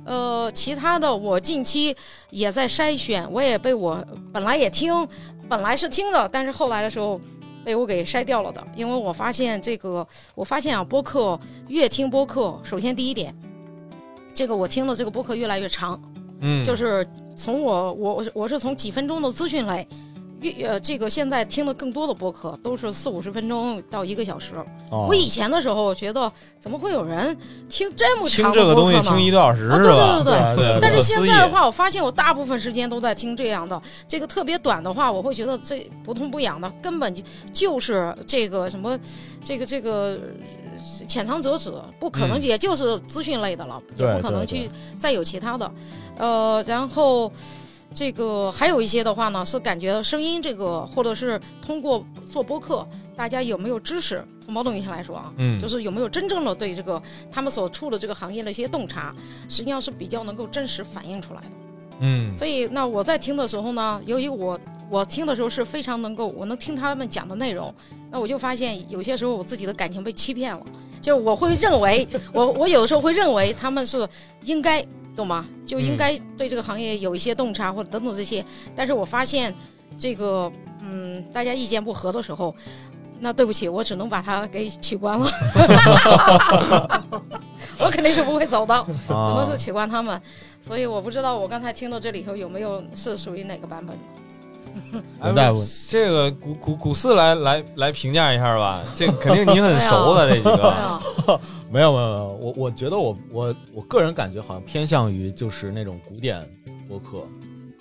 D: 呃，其他的我近期也在筛选，我也被我本来也听，本来是听的，但是后来的时候被我给筛掉了的，因为我发现这个，我发现啊，播客越听播客，首先第一点，这个我听的这个播客越来越长，
B: 嗯，
D: 就是从我我我是我是从几分钟的资讯类，越呃这个现在听的更多的播客都是四五十分钟到一个小时。
A: 哦
D: 我以前的时候觉得怎么会有人听这么
B: 听
D: 长
B: 这
D: 的
B: 个
D: 播
B: 东西
D: 客
B: 听一
D: 呢？
B: 个多小时
D: 啊
B: 是吧？
D: 对对
A: 对对
D: 但
B: 不可
D: 是现
B: 思
D: 在的
B: 议
D: 话，我发现我大部分时间都在听这样的，这个特别短的话，我会觉得这不痛不痒的，根本就就是这个什么，这个这个呃浅尝辄止，不可能，
B: 嗯
D: 也就是资讯类的了，
A: 对
D: 也不可能
A: 对
D: 去
A: 对
D: 再有其他的。呃，然后这个还有一些的话呢，是感觉声音这个，或者是通过做播客，大家有没有知识？从某种意义上来说啊，
B: 嗯
D: 就是有没有真正的对这个他们所处的这个行业的一些洞察，实际上是比较能够真实反映出来的。
B: 嗯
D: 所以那我在听的时候呢，由于我我听的时候是非常能够，我能听他们讲的内容，那我就发现有些时候我自己的感情被欺骗了，就是我会认为 我我有的时候会认为他们是应该懂吗？就应该对这个行业有一些洞察或者等等这些，但是我发现这个嗯，大家意见不合的时候。那对不起，我只能把它给取关了， 我肯定是不会走的。
A: 啊
D: 只
B: 啊
D: 能是取关他们，所以我不知道我刚才听到这里头有没有是属于哪个版本。
A: 文大夫
B: 哎这个古古古四来来来评价一下吧，这个肯定 你很熟
C: 哎
B: 的这几
D: 对
B: 个，
D: 啊，
A: 没有没有没有，我我觉得我我我个人感觉好像偏向于就是那种古典播客，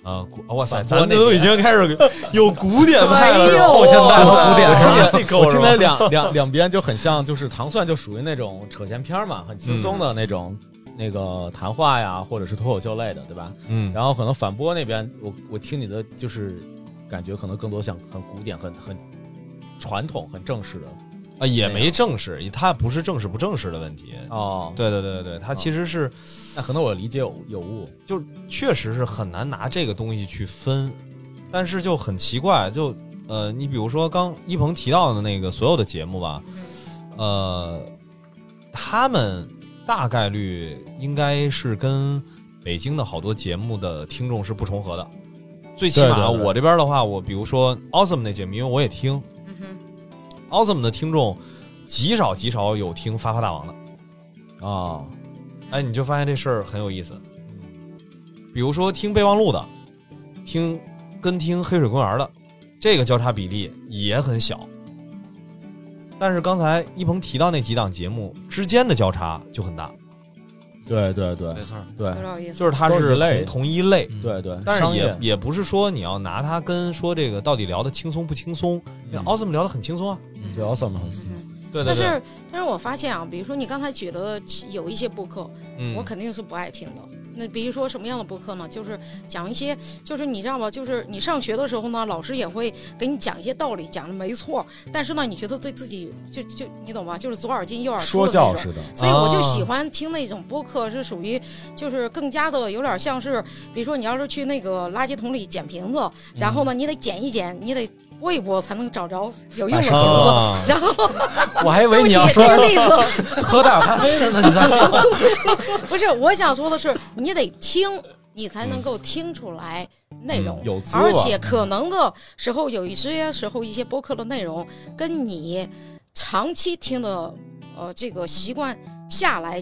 B: 啊，古哇
A: 反
B: 塞，咱
A: 驳
B: 们
A: 那
B: 都
A: 点
B: 已经开始有 古典派了，
D: 哎
B: 是吧
D: 呦
B: 后现代
C: 哇
B: 了，
C: 古典
B: 了
C: 派
A: 我
B: ，classical 是
A: 听来
B: 吧？
A: 两两两边就很像，就是糖蒜就属于那种扯闲篇儿嘛，很轻松的那种、那个谈话呀，或者是脱口秀类的，对吧？
B: 嗯，
A: 然后可能反播那边，我我听你的就是感觉可能更多像很古典、很很传统、很正式的
B: 啊也没正式，它不是正式不正式的问题。
A: 哦。
B: 对对对对对，它其实是
A: 那可能我理解有有误，
B: 就确实是很难拿这个东西去分，但是就很奇怪，就呃，你比如说刚一鹏提到的那个所有的节目
D: 嗯
B: 吧，呃，他们大概率应该是跟北京的好多节目的听众是不重合的。最起
A: 对
B: 码
A: 对对
B: 我这边的话，我比如说 Awesome 那节目，因为我也听
D: 嗯哼，
B: Awesome 的听众，极少极少有听发发大王的。
E: 哦
B: 哎，你就发现这事儿很有意思。比如说听备忘录的，听跟听黑水公园的，这个交叉比例也很小。但是刚才一鹏提到那几档节目之间的交叉就很大，
A: 对对对
E: 错
A: 对
D: 有点意思。
B: 就是它
A: 都是
B: 是
A: 一类
B: 同同一类，
A: 对对，
B: 但
A: 商
B: 是也
A: 业
B: 也不是说你要拿它跟说这个到底聊的轻松不轻松，因为 Awesome 聊的很轻松啊，
A: 对 awesome
D: 嗯哼
B: 对对对，
D: 但是，但是我发现啊，比如说你刚才举的有一些播客，
B: 嗯
D: 我肯定是不爱听的。那比如说什么样的播客呢？就是讲一些，就是你知道吧，就是你上学的时候呢，老师也会给你讲一些道理，讲的没错，但是呢，你觉得对自己就就你懂吧，就是左耳进右耳出
A: 说
D: 的那种
A: 教。似的，
D: 所以我
C: 哦
D: 就喜欢听那种播客，是属于就是更加的有点像是，比如说你要是去那个垃圾桶里捡瓶子，然
C: 嗯
D: 后呢你得捡一捡，你得拨一拨才能找着有用的瓶子。
B: 啊，
D: 然后，
C: 哎哦我还以
D: 对
C: 为
D: 不
C: 你
D: 起，
C: 要
D: 这
C: 说
D: 个例子
C: 喝大咖啡了呢，你咋想？
D: 不是我想说的是，你得听，你才
C: 嗯
D: 能够听出来内容。
A: 有滋味
D: 而且可能的时候，有一些时候一些播客的内容跟你长期听的呃这个习惯下来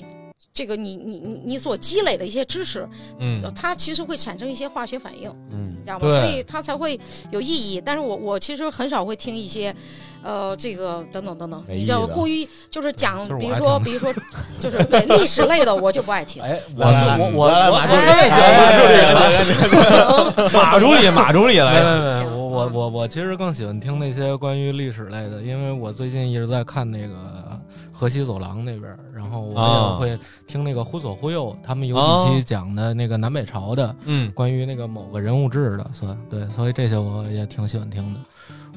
D: 这个你你你你所积累的一些知识，
B: 嗯
D: 它其实会产生一些化学反应，
A: 嗯
D: 你知道吗？
B: 对
D: 所以它才会有意义。但是我我其实很少会听一些，呃，这个等等等等，
A: 没意义
D: 你知道，我
A: 的
D: 故意就是讲
B: 就是，我
D: 比如
B: 爱
D: 说
B: 听
D: 比如说，就是对历史类的我就不 爱听。
E: 哎，我
A: 来来
E: 我我
A: 来来
E: 我
A: 马助理
E: 我也喜欢马助理了。
B: 马助理，马助理
C: 没
B: 来，
C: 没没，我我我我其实更喜欢听那些关于历史类的，因为我最近一直在看那个河西走廊那边儿，然后
B: 啊
C: 我也会听那个忽左忽右，他们有
B: 哦
C: 几期讲的那个南北朝的，
B: 嗯，
C: 关于那个某个人物志的，所以对，所以这些我也挺喜欢听的。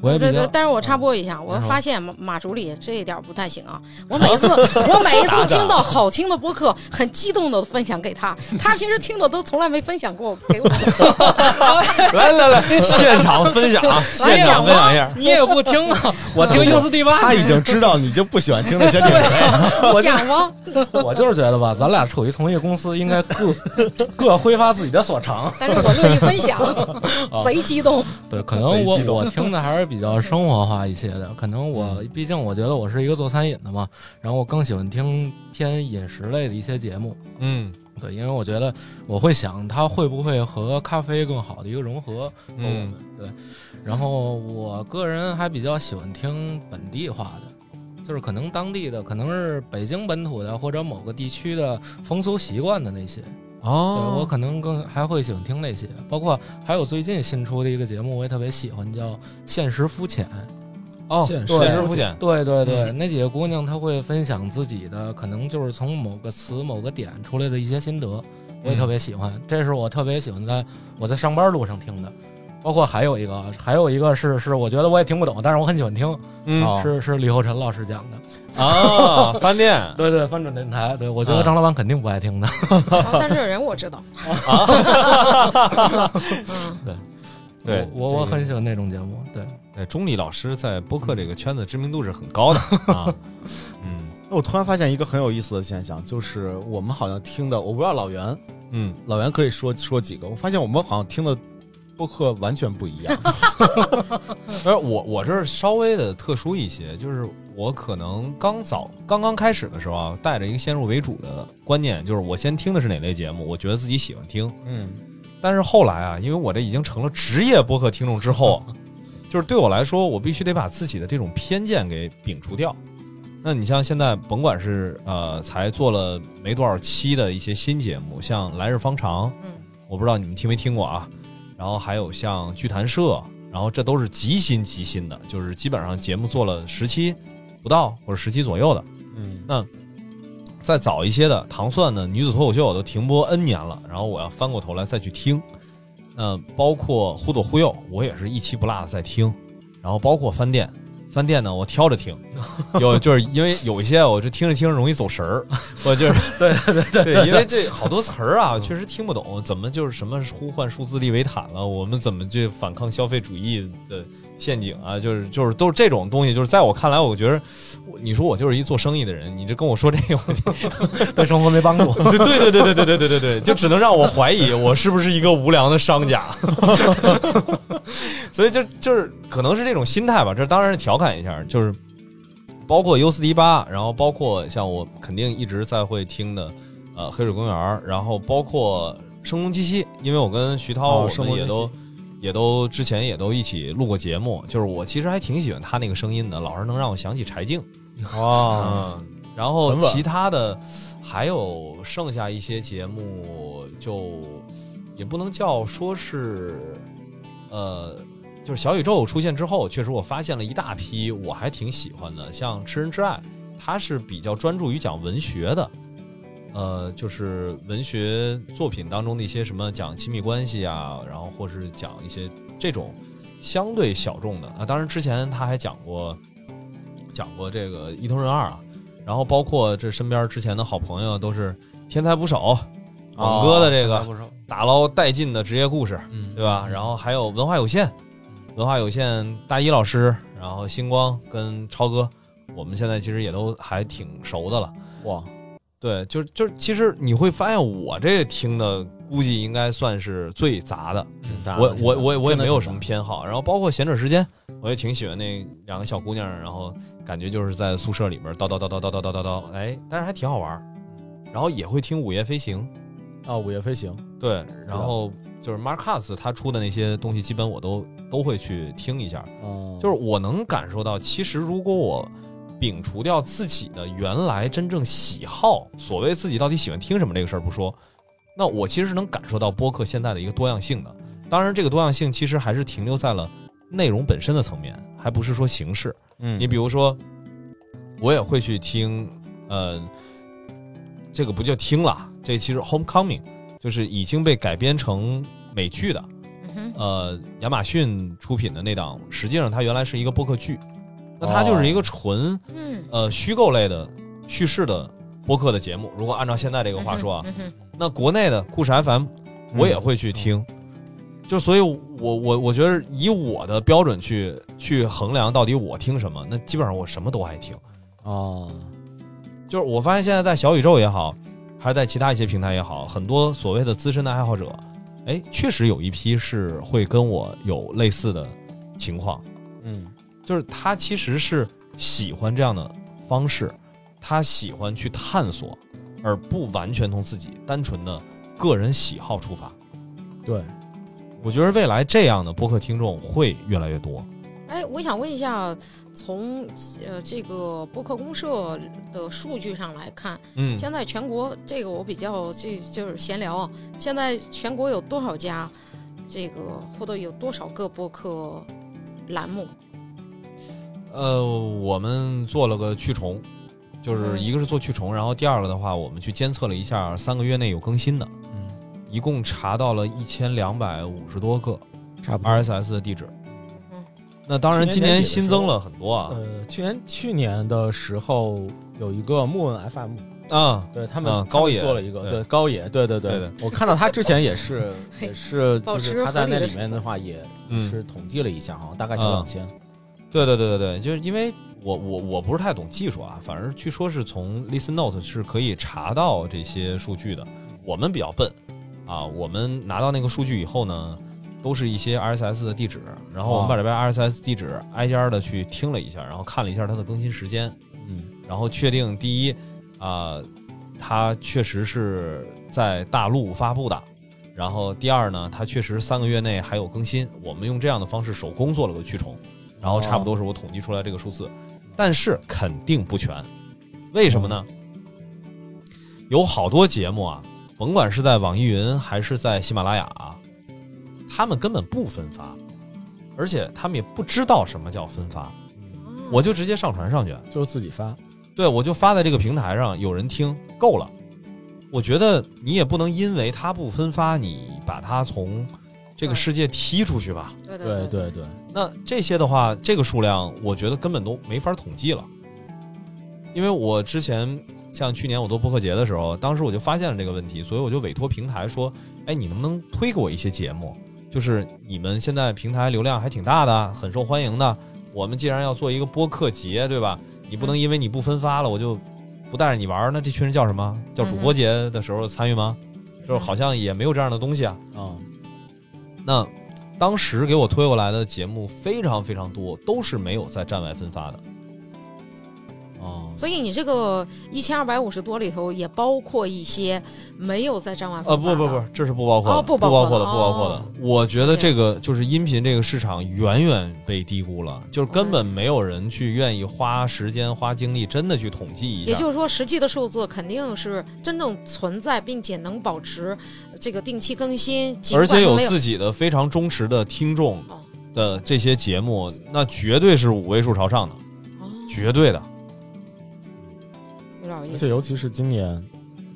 C: 我也
D: 对
C: 哎比
D: 对
C: 较，，
D: 但是我插播一下，我
C: 你说
D: 发现马马主理这一点不太行啊。我每一次，我每一次听到好听的播客，很激动的分享给他，他平时听的都从来没分享过给我。
B: 来来来， 现场分享，现场分享一下，
C: 你也不听 啊，我听优斯蒂八，
A: 他已经知道你就不喜欢听那 些历史类了，
C: 我就
D: 讲吗？
C: 我就是觉得吧，咱俩处于同一个公司，应该各各挥发自己的所长。
D: 但是我乐意分享，贼激动。
C: 对，可
A: 贼
C: 能我
A: 激动嗯
C: 我听的还是比较生活化一些的。可能我毕竟我觉得我是一个做餐饮的嘛，然后我更喜欢听偏饮食类的一些节目。
B: 嗯
C: 对，因为我觉得我会想它会不会和咖啡更好的一个融合。
B: 嗯，
C: 对。然后我个人还比较喜欢听本地化的，就是可能当地的，可能是北京本土的或者某个地区的风俗习惯的那些。对，我
B: 哦，
C: 可能更还会喜欢听那些，包括还有最近新出的一个节目，我也特别喜欢，叫《现实肤浅》。
B: 哦，
A: 现实
B: 确实肤浅，
C: 对对对，那几个姑娘她会分享自己的，可能就是从某个词、某个点出来的一些心得，我也特别喜欢。这是我特别喜欢在我在上班路上听的。包括还有一个，还有一个是是，我觉得我也听不懂，但是我很喜欢听，
B: 嗯
C: 是是李厚辰老师讲的，
B: 啊，饭店
C: 对对，翻转电台，对我觉得
B: 啊
C: 张老板肯定不爱听的，
D: 哦但是有人我知道。嗯，
B: 对
C: 我我我很喜欢那种节目，对，
B: 哎，钟丽老师在播客这个圈子知名度是很 高的啊，嗯
A: 我突然发现一个很有意思的现象，就是我们好像听的，我不知道老袁，
B: 嗯，
A: 老袁可以说说几个，我发现我们好像听的播客完全不一样。
B: 而我我这儿稍微的特殊一些，就是我可能刚早刚刚开始的时候啊，带着一个先入为主的观念，就是我先听的是哪类节目，我觉得自己喜欢听，
A: 嗯，
B: 但是后来啊，因为我这已经成了职业播客听众之后， 就是对我来说，我必须得把自己的这种偏见给摒除掉。那你像现在，甭管是呃，才做了没多少期的一些新节目，像《来日方长》，
D: 嗯
B: 我不知道你们听没听过啊。然后还有像剧谈社，然后这都是极新极新的，就是基本上节目做了十期不到或者十期左右的。
A: 嗯
B: 再早一些的糖蒜的女子脱口秀我都停播 N 年了，然后我要翻过头来再去听。那包括忽左忽右，我也是一期不落的在听。然后包括翻店，翻店呢我挑着听， 有就是因为有一些我就听着听着容易走神儿，我就是
C: 对
B: 对对对，因为这好多词儿啊确实听不懂，怎么就是什么呼唤数字利维坦了，我们怎么去反抗消费主义的陷阱啊，就是就是都是这种东西，就是在我看来，我觉得我你说我就是一做生意的人，你这跟我说这个，我就
C: 对生活没帮助。
B: 对 对对对对对对对对对，就只能让我怀疑我是不是一个无良的商家， 所以就就是可能是这种心态吧，这当然是调侃一下，就是包括 U 四 D 八，然后包括像我肯定一直在会听的，呃，黑水公园，然后包括声东击西，因为我跟徐涛、
A: 哦
B: 我
A: 声
B: 们
A: 东
B: 也
A: 击
B: 都
A: 西
B: 也都之前也都一起录过节目，就是我其实还挺喜欢他那个声音的，老是能让我想起柴静。
A: 哦，
B: 嗯，然
A: 很
B: 后
A: 稳
B: 其他的还有剩下一些节目，就也不能叫说是，呃，就是小宇宙出现之后，确实我发现了一大批我还挺喜欢的，像《吃人之爱》，它是比较专注于讲文学的。呃，就是文学作品当中的一些什么讲亲密关系啊，然后或是讲一些这种相对小众的啊。当然，之前他还讲过讲过这个伊藤润二啊，然后包括这身边之前的好朋友都是天才捕手，网哥的这个
C: 不少，
B: 打捞带进的职业故事，
C: 嗯，
B: 对吧？然后还有文化有限，文化有限大一老师，然后星光跟超哥，我们现在其实也都还挺熟的了。
A: 哇，
B: 对，就是就是，其实你会发现我这个听的估计应该算是最杂的，
A: 挺杂
B: 我我我我也没有什么
A: 偏。
B: 偏好，然后包括闲者时间，我也挺喜欢那两个小姑娘，然后感觉就是在宿舍里边叨叨叨叨叨叨叨叨叨，哎，但是还挺好玩儿。然后也会听《午夜飞行》。
E: 啊，午夜飞行
B: 对，然后就是 Mark Katz 他出的那些东西，基本我都都会去听一下。
E: 啊，
B: 就是我能感受到，其实如果我摒除掉自己的原来真正喜好，所谓自己到底喜欢听什么这个事儿不说，那我其实是能感受到播客现在的一个多样性的。当然，这个多样性其实还是停留在了内容本身的层面，还不是说形式。
A: 嗯
B: 你比如说，我也会去听，呃，这个不叫听了，这其实《Homecoming》就是已经被改编成美剧的，
D: 嗯哼，
B: 呃，亚马逊出品的那档，实际上它原来是一个播客剧，那
D: 哦
B: 它就是一个纯
D: 嗯，
B: 呃虚构类的叙事的播客的节目。如果按照现在这个话说啊，
D: 嗯哼，
B: 那国内的故事 FM 我也会去听，就所以我，我我觉得以我的标准去去衡量到底我听什么，那基本上我什么都爱听。
E: 啊，
A: 嗯
B: 就是我发现现在在小宇宙也好，还是在其他一些平台也好，很多所谓的资深的爱好者，哎，确实有一批是会跟我有类似的情况，
E: 嗯
B: 就是他其实是喜欢这样的方式，他喜欢去探索，而不完全从自己单纯的个人喜好出发。
E: 对，
B: 我觉得未来这样的播客听众会越来越多。
D: 哎，我想问一下，从呃这个播客公社的数据上来看，
B: 嗯
D: 现在全国这个我比较这就是闲聊啊，现在全国有多少家这个或者有多少个播客栏目？
B: 呃，我们做了个去虫，就是
D: 嗯
B: 一个是做去虫，然后第二个的话，我们去监测了一下三个月内有更新的，
E: 嗯
B: 一共查到了一千两百五十多个
A: 差不多。
B: RSS 的地址
D: 嗯。
B: 那当然，
A: 去
B: 今
A: 年年底的
B: 年
A: 时候
B: 新增了很多啊
A: 呃，去年去年的时候有一个木问 FM，
B: 啊，
A: 对他们他
B: 啊
A: 们
B: 高野
A: 做了一个，
B: 对
A: 对高野，对对
B: 对
A: 对
B: 的，
A: 我看到他之前也 是
D: 嘿
A: 也是，
D: 保
A: 就
D: 持
A: 是他在
D: 合理
A: 那
D: 的
A: 里面的话也
B: 嗯
A: 是统计了一下，好像大概小
B: 啊
A: 两千，
B: 对对对对对，就是因为我我我不是太懂技术啊，反正据说是从 Listen Note 是可以查到这些数据的。我们比较笨啊，我们拿到那个数据以后呢，都是一些 RSS 的地址，然后我们把这边 RSS 地址挨家的去听了一下，然后看了一下它的更新时间，
E: 嗯
B: 然后确定第一啊、它确实是在大陆发布的。然后第二呢，它确实三个月内还有更新。我们用这样的方式手工做了个驱虫，然后差不多是我统计出来这个数字，但是肯定不全。为什么呢？有好多节目啊，甭管是在网易云还是在喜马拉雅啊，他们根本不分发，而且他们也不知道什么叫分发，我就直接上传上去。
A: 就是自己发，
B: 对，我就发在这个平台上，有人听够了。我觉得你也不能因为它不分发，你把它从这个世界踢出去吧。
D: 对
E: 对
D: 对
E: 对对，
B: 那这些的话，这个数量我觉得根本都没法统计了，因为我之前像去年我做播客节的时候，当时我就发现了这个问题，所以我就委托平台说，哎，你能不能推给我一些节目？就是你们现在平台流量还挺大的，很受欢迎的。我们既然要做一个播客节，对吧？你不能因为你不分发了，我就不带着你玩儿。那这群人叫什么？叫主播节的时候参与吗？就是好像也没有这样的东西啊。
E: 啊
A: 嗯
B: 那当时给我推过来的节目非常非常多，都是没有在站外分发的。
A: 嗯
E: 啊，
D: 所以你这个一千二百五十多里头也包括一些没有在站外
B: 呃，
D: 分发
B: 不
D: 的
B: 不不，这是不包括的，
D: 哦
B: 不
D: 不
B: 包
D: 包
B: 括
D: 括
B: 的，
D: 的
B: 不包括的。
D: 哦
B: 我觉得这个就是音频这个市场远远被低估了，就是根本没有人去愿意花时间、花精力，真的去统计一
D: 也
B: 下。
D: 就是说，实际的数字肯定是真正存在，并且能保持这个定期更新，尽
B: 而
D: 管
B: 且
D: 它
B: 有
D: 没有
B: 自己的非常忠实的听众
D: 哦
B: 的这些节目，那绝对是五位数朝上的，
D: 哦，
B: 绝对的。
D: 有点意
A: 而且
D: 思。
A: 尤其是今年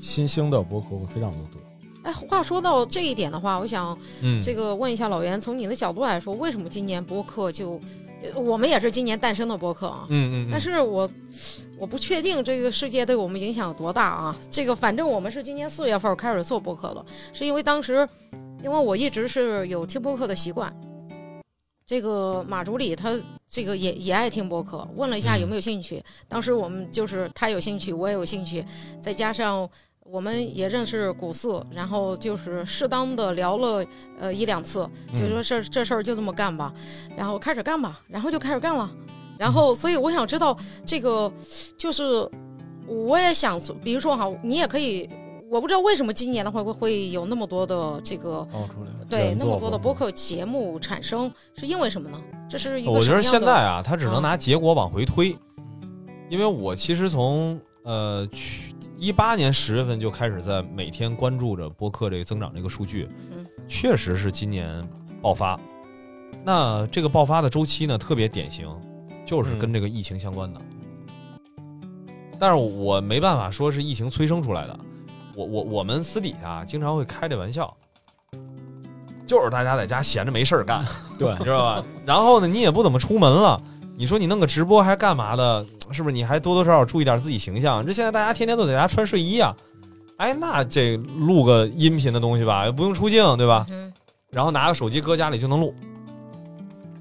A: 新兴的播客会非常的多，
D: 哎，话说到这一点的话，我想
B: 嗯，
D: 这个问一下老袁，从你的角度来说，为什么今年播客就，呃我们也是今年诞生的播客啊？
B: 嗯嗯嗯，
D: 但是我我不确定这个世界对我们影响有多大啊。这个反正我们是今年四月份开始做播客的，是因为当时因为我一直是有听播客的习惯。这个马助理他这个也也爱听播客，问了一下
B: 嗯
D: 有没有兴趣。当时我们就是他有兴趣，我也有兴趣，再加上我们也认识古四，然后就是适当的聊了呃一两次，
A: 嗯
B: 嗯
D: 就说这这事儿就这么干吧，然后开始干吧，然后就开始干了，然后所以我想知道这个就是我也想做，比如说哈，你也可以，我不知道为什么今年的话会会有那么多的这个
E: 爆出来了，
D: 对
A: 原
D: 那
A: 作
D: 么多的
A: 播
D: 播
A: 客
D: 客节目产生，是因为什么呢？这是一个
B: 我觉得
D: 什么样
B: 现
D: 的
B: 在啊，他只能
D: 啊
B: 拿结果往回推，因为我其实从呃去一八年十月份就开始在每天关注着播客这个增长这个数据，
D: 嗯
B: 确实是今年爆发。那这个爆发的周期呢，特别典型，就是跟这个疫情相关的。但是我没办法说是疫情催生出来的，我我我们私底下经常会开这玩笑，就是大家在家闲着没事儿干，
A: 对
B: 你知道吧？ 然后呢，你也不怎么出门了，你说你弄个直播还干嘛的？是不是你还多多少少注意点自己形象？这现在大家天天都在家穿睡衣啊，哎，那这录个音频的东西吧，不用出镜，对吧？
D: 嗯
B: 然后拿个手机搁家里就能录，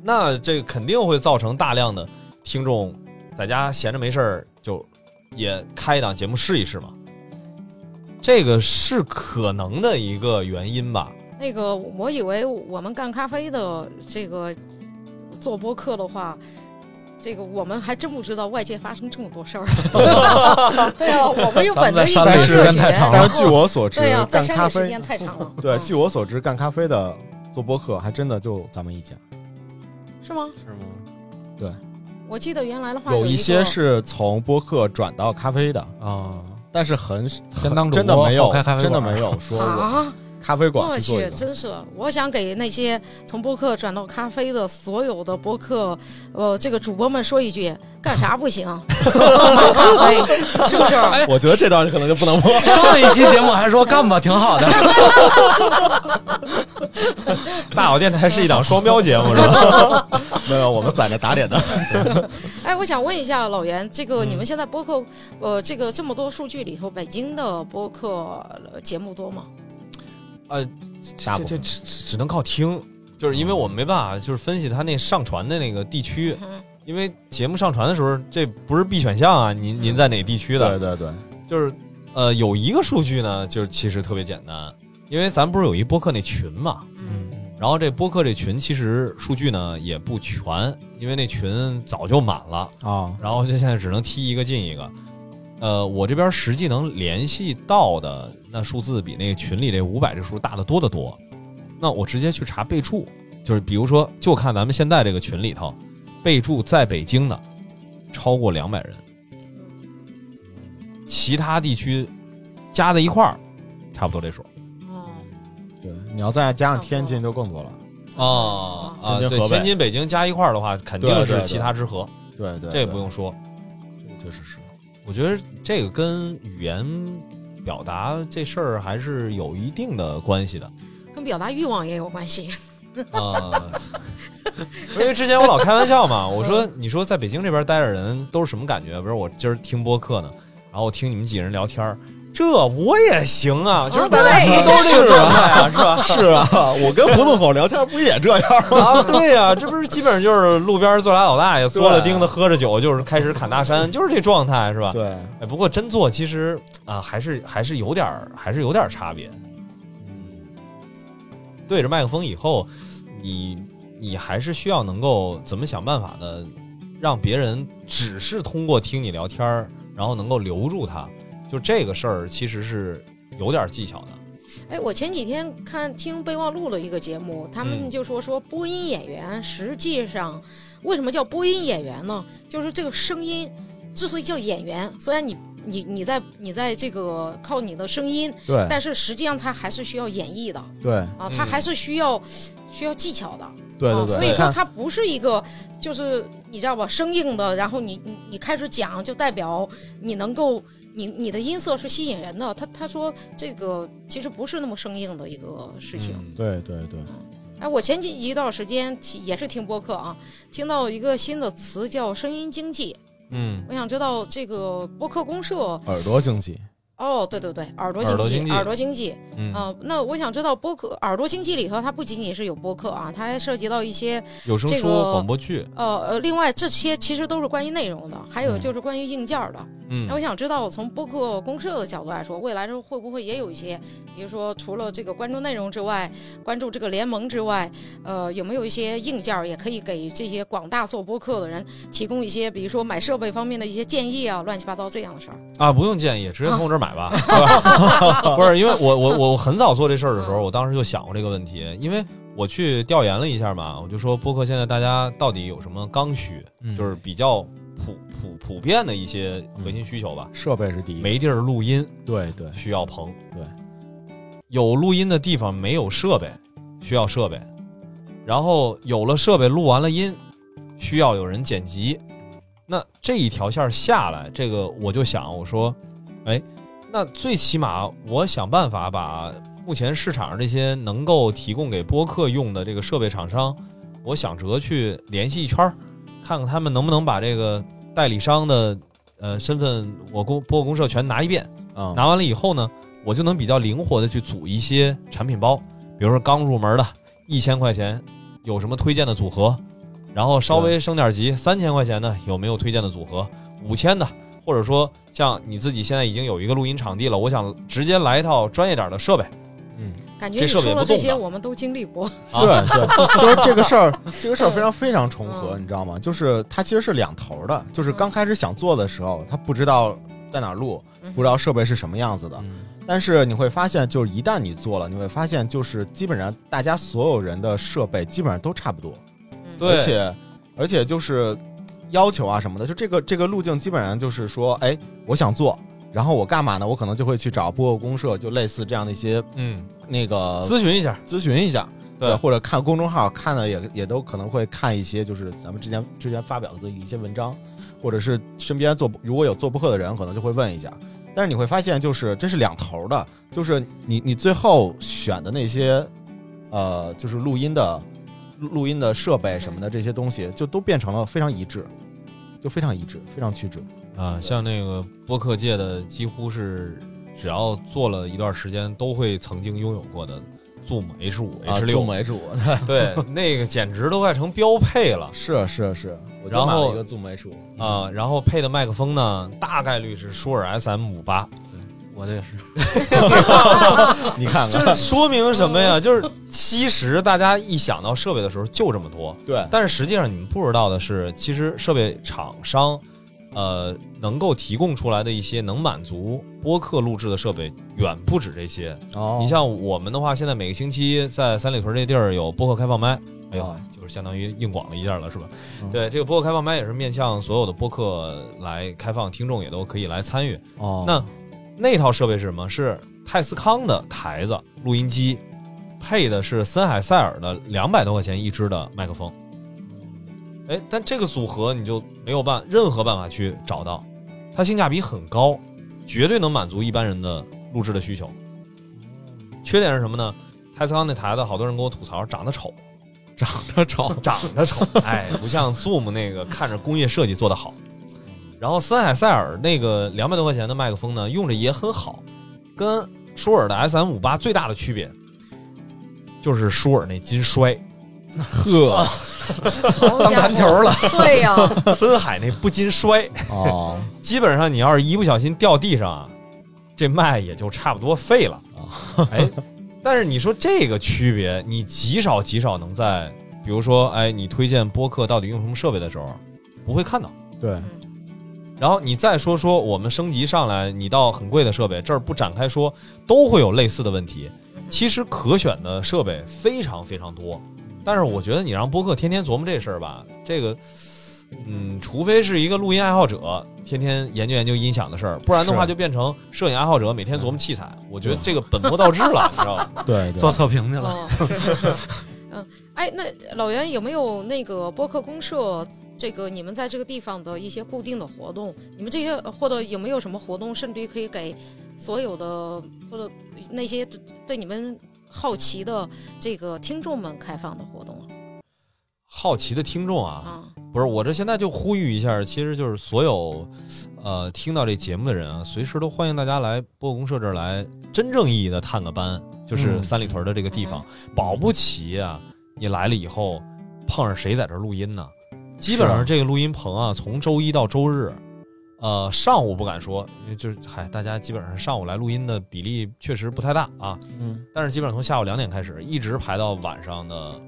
B: 那这肯定会造成大量的听众在家闲着没事儿就也开一档节目试一试嘛，这个是可能的一个原因吧。
D: 那个，我以为我们干咖啡的这个做播客的话，这个我们还真不知道外界发生这么 多事儿。 对啊，我们又本着一腔
A: 但是
D: 热血，
A: 但
D: 然
A: 是据
D: 后
A: 我所知
D: 对啊，，在
A: 干
D: 山
A: 咖
D: 里时
A: 啡
D: 间太长了。
A: 对，
D: 嗯
A: 据我所知，干咖啡的做播客还真的就咱们一家，
D: 是吗？
E: 是吗？
D: 我记得原来的话
A: 有
D: 一
A: 一
D: 个
A: 些是从播客转到咖啡的，
E: 啊，
A: 但是很很
C: 先当主播
A: 真的没有
C: 后开咖，啡
A: 真
C: 馆
A: 的没 有说我
D: 啊，
A: 咖啡馆
D: 我
A: 去做一
D: 去，
A: 个。
D: 真是！我想给那些从播客转到咖啡的所有的播客，呃，这个主播们说一句：干 啥不行？ 买咖啡是不是？
A: 我觉得这段可能就不能 播。
C: 上一期节目还说干吧，挺好的。
B: 大小电台是一档双标节目是吧？
A: 没有，我们攒着打脸的。
D: 哎，我想问一下老袁，这个你
B: 嗯
D: 们现在播客，呃，这个这么多数据里头，北京的播客呃节目多吗？
A: 大部分
B: 这这只只能靠听，就是因为我们没办法就是分析它那上传的那个地区，
D: 嗯
B: 因为节目上传的时候这不是必选项啊，您您在哪地区的
A: 对？对对，
B: 就是呃有一个数据呢，就是其实特别简单，因为咱不是有一播客那群嘛，
D: 嗯，
B: 然后这播客这群其实数据呢也不全，因为那群早就满了，
A: 啊，
B: 然后就现在只能踢一个进一个。呃，我这边实际能联系到的那数字比那个群里这五百这数大得多得多。那我直接去查备注，就是比如说，就看咱们现在这个群里头，备注在北京的超过两百人，嗯其他地区加在一块儿，差不多这数。
D: 哦，
A: 对，你要再加上天津就更多了。
B: 哦啊，
A: 天津
B: 对，
A: 河北
B: 天津、北京加一块儿的话，肯定
A: 对对
B: 是
A: 对
B: 其他之和，
A: 对对，
B: 这
A: 对
B: 不，用说。
A: 这确实是。
B: 我觉得这个跟语言表达这事儿还是有一定的关系的
D: 跟表达欲望也有关系。
B: 啊。因为之前我老开玩笑嘛，我说你说在北京这边待着人都是什么感觉？比如我今儿听播客呢，然后我听你们几个人聊天儿，这我也行啊，就是大家
D: 对
B: 是不是都是这个 状态啊，是吧？
A: 是啊，我跟胡同口聊天不也这样吗？
B: 啊，对呀、这不是基本上就是路边坐俩老大爷，嘬了钉子，喝着酒，就是开始砍大山，就是这状态，是吧？
A: 对，
B: 哎，不过真做其实啊，还是还是有点儿，还是有点儿差别。对着麦克风以后，你你还是需要能够怎么想办法的，让别人只是通过听你聊天儿，然后能够留住他，就这个事儿其实是有点儿技巧的。
D: 哎，我前几天看听备忘录的一个节目，他们
B: 嗯
D: 就说说播音演员实际上为什么叫播音演员呢？就是这个声音之所以叫演员，虽然你你你在你在这个靠你的声音，
A: 对
D: 但是实际上它还是需要演绎的
A: 对
D: 啊，它
B: 嗯
D: 还是需要需要技巧的。
A: 对
D: 啊
A: 对，
D: 所以说
A: 看
D: 它不是一个就是你知道吧，生硬的，然后你你你开始讲就代表你能够你你的音色是吸引人的。他他说这个其实不是那么生硬的一个事情。
B: 嗯
A: 对对对，
D: 哎，我前几一段时间听也是听播客啊，听到一个新的词叫声音经济，
B: 嗯，
D: 我想知道这个播客公社
A: 耳朵经济
D: 哦，对对对，耳朵
B: 耳朵
D: 经
B: 经济
D: 耳朵经济，
B: 嗯，
D: 啊、那我想知道播客耳朵经济里头，它不仅仅是有播客啊，它还涉及到一些
B: 有声
D: 这
B: 书、
D: 个
B: 广播剧，
D: 呃呃，另外这些其实都是关于内容的，还有
B: 嗯
D: 就是关于硬件的。
B: 嗯
D: 那哎我想知道，从播客公社的角度来说，未来这会不会也有一些，比如说除了这个关注内容之外，关注这个联盟之外，呃，有没有一些硬件儿也可以给这些广大做播客的人提供一些，比如说买设备方面的一些建议啊，乱七八糟这样的事儿？
B: 啊，不用建议，直接从我这儿买吧。 不是不是，因为我我我很早做这事儿的时候，我当时就想过这个问题，因为我去调研了一下嘛，我就说播客现在大家到底有什么刚需，
E: 嗯
B: 就是比较普普普遍的一些核心需求吧。
A: 设备是第一，
B: 没地儿录音，
A: 对对
B: 需要棚；
A: 对，
B: 有录音的地方没有设备，需要设备。然后有了设备，录完了音，需要有人剪辑。那这一条线儿下来，这个我就想，我说，哎，那最起码我想办法把目前市场上这些能够提供给播客用的这个设备厂商，我想着去联系一圈儿，看看他们能不能把这个代理商的呃身份，我公播客公社全拿一遍。
A: 嗯
E: 啊
B: 拿完了以后呢，我就能比较灵活的去组一些产品包，比如说刚入门的，一千块钱有什么推荐的组合，然后稍微升点级，三千块钱的有没有推荐的组合，五千的，或者说像你自己现在已经有一个录音场地了，我想直接来一套专业点的设备
E: 嗯
D: 感觉
B: 这
D: 你
B: 设备
D: 说
B: 不
D: 了这
B: 动
D: 些，
B: 的
D: 我们都经历过。
B: 啊
A: 对 对，就是这个事儿，这个事儿非常非常重合，
D: 嗯
A: 你知道吗？就是它其实是两头儿的，就是刚开始想做的时候，他不知道在哪儿录，
D: 嗯
A: 不知道设备是什么样子
B: 嗯
A: 的。但是你会发现，就是一旦你做了，你会发现，就是基本上大家所有人的设备基本上都差不多，
D: 嗯
B: 对
A: 而且而且就是要求啊什么的，就这个这个路径基本上就是说，哎，我想做，然后我干嘛呢？我可能就会去找播客公社，就类似这样的一些
B: 嗯，
A: 那个
B: 咨询一下，
A: 呃咨询一下，
B: 对
A: 或者看公众号看的也也都可能会看一些，就是咱们之前之前发表的一些文章，或者是身边做如果有做播客的人，可能就会问一下。但是你会发现，就是这是两头的，就是你你最后选的那些，呃，就是录音的录录音的设备什么的这些东西，就都变成了非常一致，就非常一致，非常趋致。
B: 啊，像那个播客界的，几乎是只要做了一段时间，都会曾经拥有过的 Zoom H 五、H
A: 啊
B: 六、
A: H 五，
B: 对，那个简直都快成标配了。
A: 是是是，我就
B: 然
A: 买了
B: 后
A: 一个 Zoom H 五
B: 啊、然后配的麦克风呢，大概率是舒尔 SM 五八，
C: 我这也是，
A: 你看
B: 就
A: 看，
B: 是说明什么呀？就是其实大家一想到设备的时候就这么多，
A: 对
B: 但是实际上你们不知道的是，其实设备厂商，呃，能够提供出来的一些能满足播客录制的设备远不止这些。
E: 哦
B: 你像我们的话，现在每个星期在三里屯这地儿有播客开放麦，哎呦
E: 哦，
B: 就是相当于硬广了一下了，是吧？
E: 嗯
B: 对，这个播客开放麦也是面向所有的播客来开放，听众也都可以来参与。
E: 哦
B: 那那套设备是什么？是泰斯康的台子录音机，配的是森海塞尔的两百多块钱一支的麦克风。哎，但这个组合你就没有办任何办法去找到，它性价比很高，绝对能满足一般人的录制的需求。缺点是什么呢？泰斯康那台子，好多人跟我吐槽长得丑，
A: 长得丑，
B: 长得丑， 哎，不像 Zoom 那个看着工业设计做得好。然后森海塞尔那个两百多块钱的麦克风呢，用着也很好，跟舒尔的 SM 五八最大的区别就是舒尔那金摔，
A: 呵，
D: 好
B: 当
D: 家
B: 弹
D: 伙
B: 球了。
D: 对 呀、嗯
B: 森海那不金摔，
E: 哦
B: 基本上你要是一不小心掉地上啊，这麦也就差不多废了。哎，但是你说这个区别，你极少极少能在，比如说，哎，你推荐播客到底用什么设备的时候，不会看到。
A: 对
B: 然后你再说说我们升级上来，你到很贵的设备，这儿不展开说，都会有类似的问题。其实可选的设备非常非常多，但是我觉得你让播客天天琢磨这事儿吧，这个，嗯，除非是一个录音爱好者，天天研究研究音响的事儿，不然的话
A: 是
B: 就变成摄影爱好者每天琢磨器材。我觉得这个本末倒置 了，你知道吗？
A: 对对，
C: 做测评去了。
D: 哦，嗯，哎，那老袁有没有那个播客公社？这个你们在这个地方的一些固定的活动，你们这些或者有没有什么活动，甚至于可以给所有的或者那些对你们好奇的这个听众们开放的活动啊
B: 好奇的听众啊，
D: 啊？
B: 不是，我这现在就呼吁一下，其实就是所有，呃，听到这节目的人啊，随时都欢迎大家来播客公社这儿来，真正意义的探个班，就是
E: 嗯
B: 三里屯的这个地方，保不齐啊，你来了以后碰上谁在这儿录音呢？基本
A: 是
B: 上
A: 啊
B: 这个录音棚啊，从周一到周日，呃，上午不敢说，因为就是嗨，大家基本上上午来录音的比例确实不太大啊，
E: 嗯
B: 但是基本上从下午两点开始，一直排到晚上的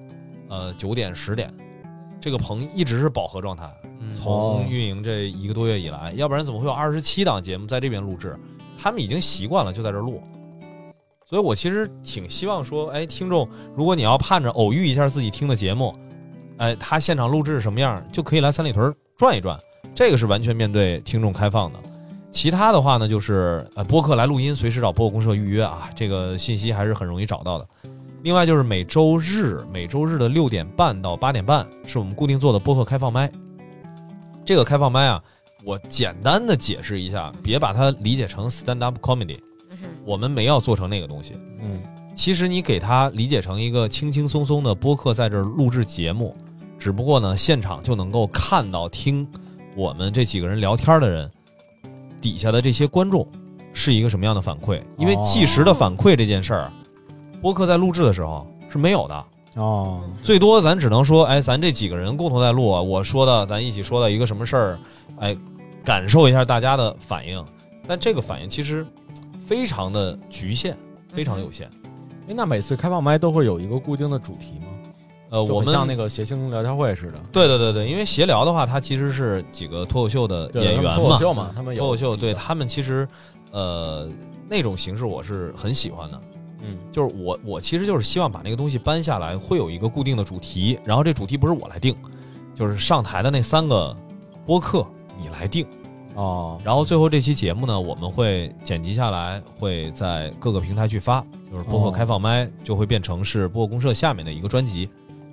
B: 呃九点十点，这个棚一直是饱和状态。从运营这一个多月以来，要不然怎么会有二十七档节目在这边录制？他们已经习惯了就在这儿录，所以我其实挺希望说，哎，听众，如果你要盼着偶遇一下自己听的节目，哎，他现场录制是什么样，就可以来三里屯转一转，这个是完全面对听众开放的。其他的话呢，就是呃，播客来录音，随时找播客公社预约啊，这个信息还是很容易找到的。另外就是每周日，每周日的六点半到八点半是我们固定做的播客开放麦。这个开放麦啊，我简单的解释一下，别把它理解成 stand up comedy，
D: 嗯哼
B: 我们没要做成那个东西。
E: 嗯
B: 其实你给它理解成一个轻轻松松的播客，在这儿录制节目，只不过呢，现场就能够看到听我们这几个人聊天的人底下的这些观众是一个什么样的反
A: 哦
B: 馈，因为即时的反馈这件事儿，播客在录制的时候是没有的。
E: 哦
D: 嗯
B: 最多咱只能说，哎，咱这几个人共同在录啊，我说的，咱一起说的一个什么事儿，哎，感受一下大家的反应。但这个反应其实非常的局限，非常有限。
A: 哎，那每次开放麦都会有一个固定的主题吗？
B: 呃，
A: 就
B: 我
A: 很
B: 们
A: 像那个谐星聊天会似的，
B: 对对对对，因为闲聊的话，它其实是几个脱口秀的
A: 对
B: 演员
A: 他
B: 嘛，
A: 们脱口秀嘛，他们有
B: 脱口秀对他们其实，呃，那种形式我是很喜欢的。
E: 嗯
B: 就是我我其实就是希望把那个东西搬下来，会有一个固定的主题，然后这主题不是我来定，就是上台的那三个播客你来定。
D: 嗯
E: 哦
B: 然后最后这期节目呢，我们会剪辑下来，会在各个平台去发，就是播客
E: 哦
B: 开放麦就会变成是播客公社下面的一个专辑，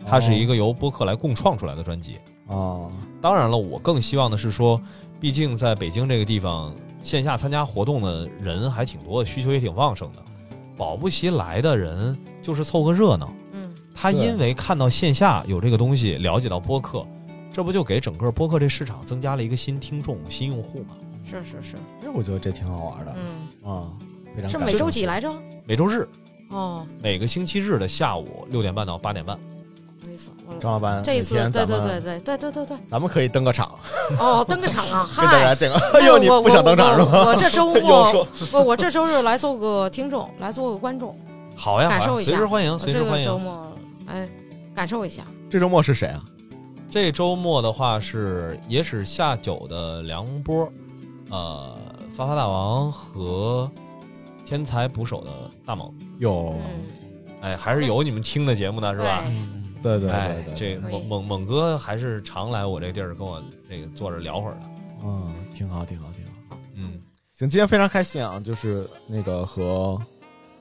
B: 它
A: 哦
B: 是一个由播客来共创出来的专辑。
E: 哦
B: 当然了，我更希望的是说，毕竟在北京这个地方，线下参加活动的人还挺多的，需求也挺旺盛的。保不齐来的人就是凑个热闹，
D: 嗯
B: 他
E: 对
B: 因为看到线下有这个东西，了解到播客，这不就给整个播客这市场增加了一个新听众、新用户吗？
D: 是是是，
A: 哎，我觉得这挺好玩的
D: 嗯，
A: 啊，非常
D: 是
A: 感
D: 每周
A: 兴
D: 几
A: 趣？
D: 来着？
B: 每周日，
D: 哦，
B: 每个星期日的下午六点半到八点半，
D: 没错，我
A: 张老板，
D: 这一次
A: 哪天
D: 对
A: 咱
D: 对
A: 们
D: 对对对对对对，
A: 咱们可以登个场，
D: 哦，登个场啊，
A: 跟大家
D: 嗨。
A: 见个。
D: 哎
A: 哎呦，你
D: 我
A: 不想登场是
D: 我我
A: 吗？
D: 我这周
A: 又
D: 末
A: 说
D: 不，我这周日来做个听众，来做个观众。
B: 好呀，
D: 感受
B: 好呀
D: 一下
B: 随时欢迎，
D: 我
B: 随
D: 这
B: 时
D: 个
B: 欢
D: 周
B: 迎。
D: 末，哎，感受一下。
A: 这周末是谁啊？
B: 这周末的话是野史下酒的梁波，呃，发发大王和天才捕手的大猛，
A: 有，
D: 嗯，
B: 哎，还是有你们听的节目的是吧？
D: 对，
C: 嗯，
A: 对对
B: 哎
A: 对，对，
B: 这
D: 可以
B: 猛猛猛哥还是常来我这地儿跟我这个坐着聊会儿的。
A: 嗯，挺好，挺好，挺好。
B: 嗯，
A: 行，今天非常开心啊，就是那个和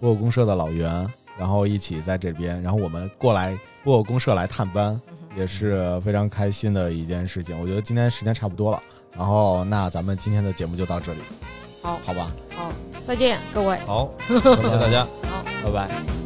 A: 播友公社的老袁，然后一起在这边，然后我们过来播友公社来探班，
D: 嗯
A: 也是非常开心的一件事情。我觉得今天时间差不多了，然后那咱们今天的节目就到这里，
D: 好，
A: 好吧？
D: 好，再见各位。
B: 好，谢谢大家。
A: 拜拜。
D: 拜拜。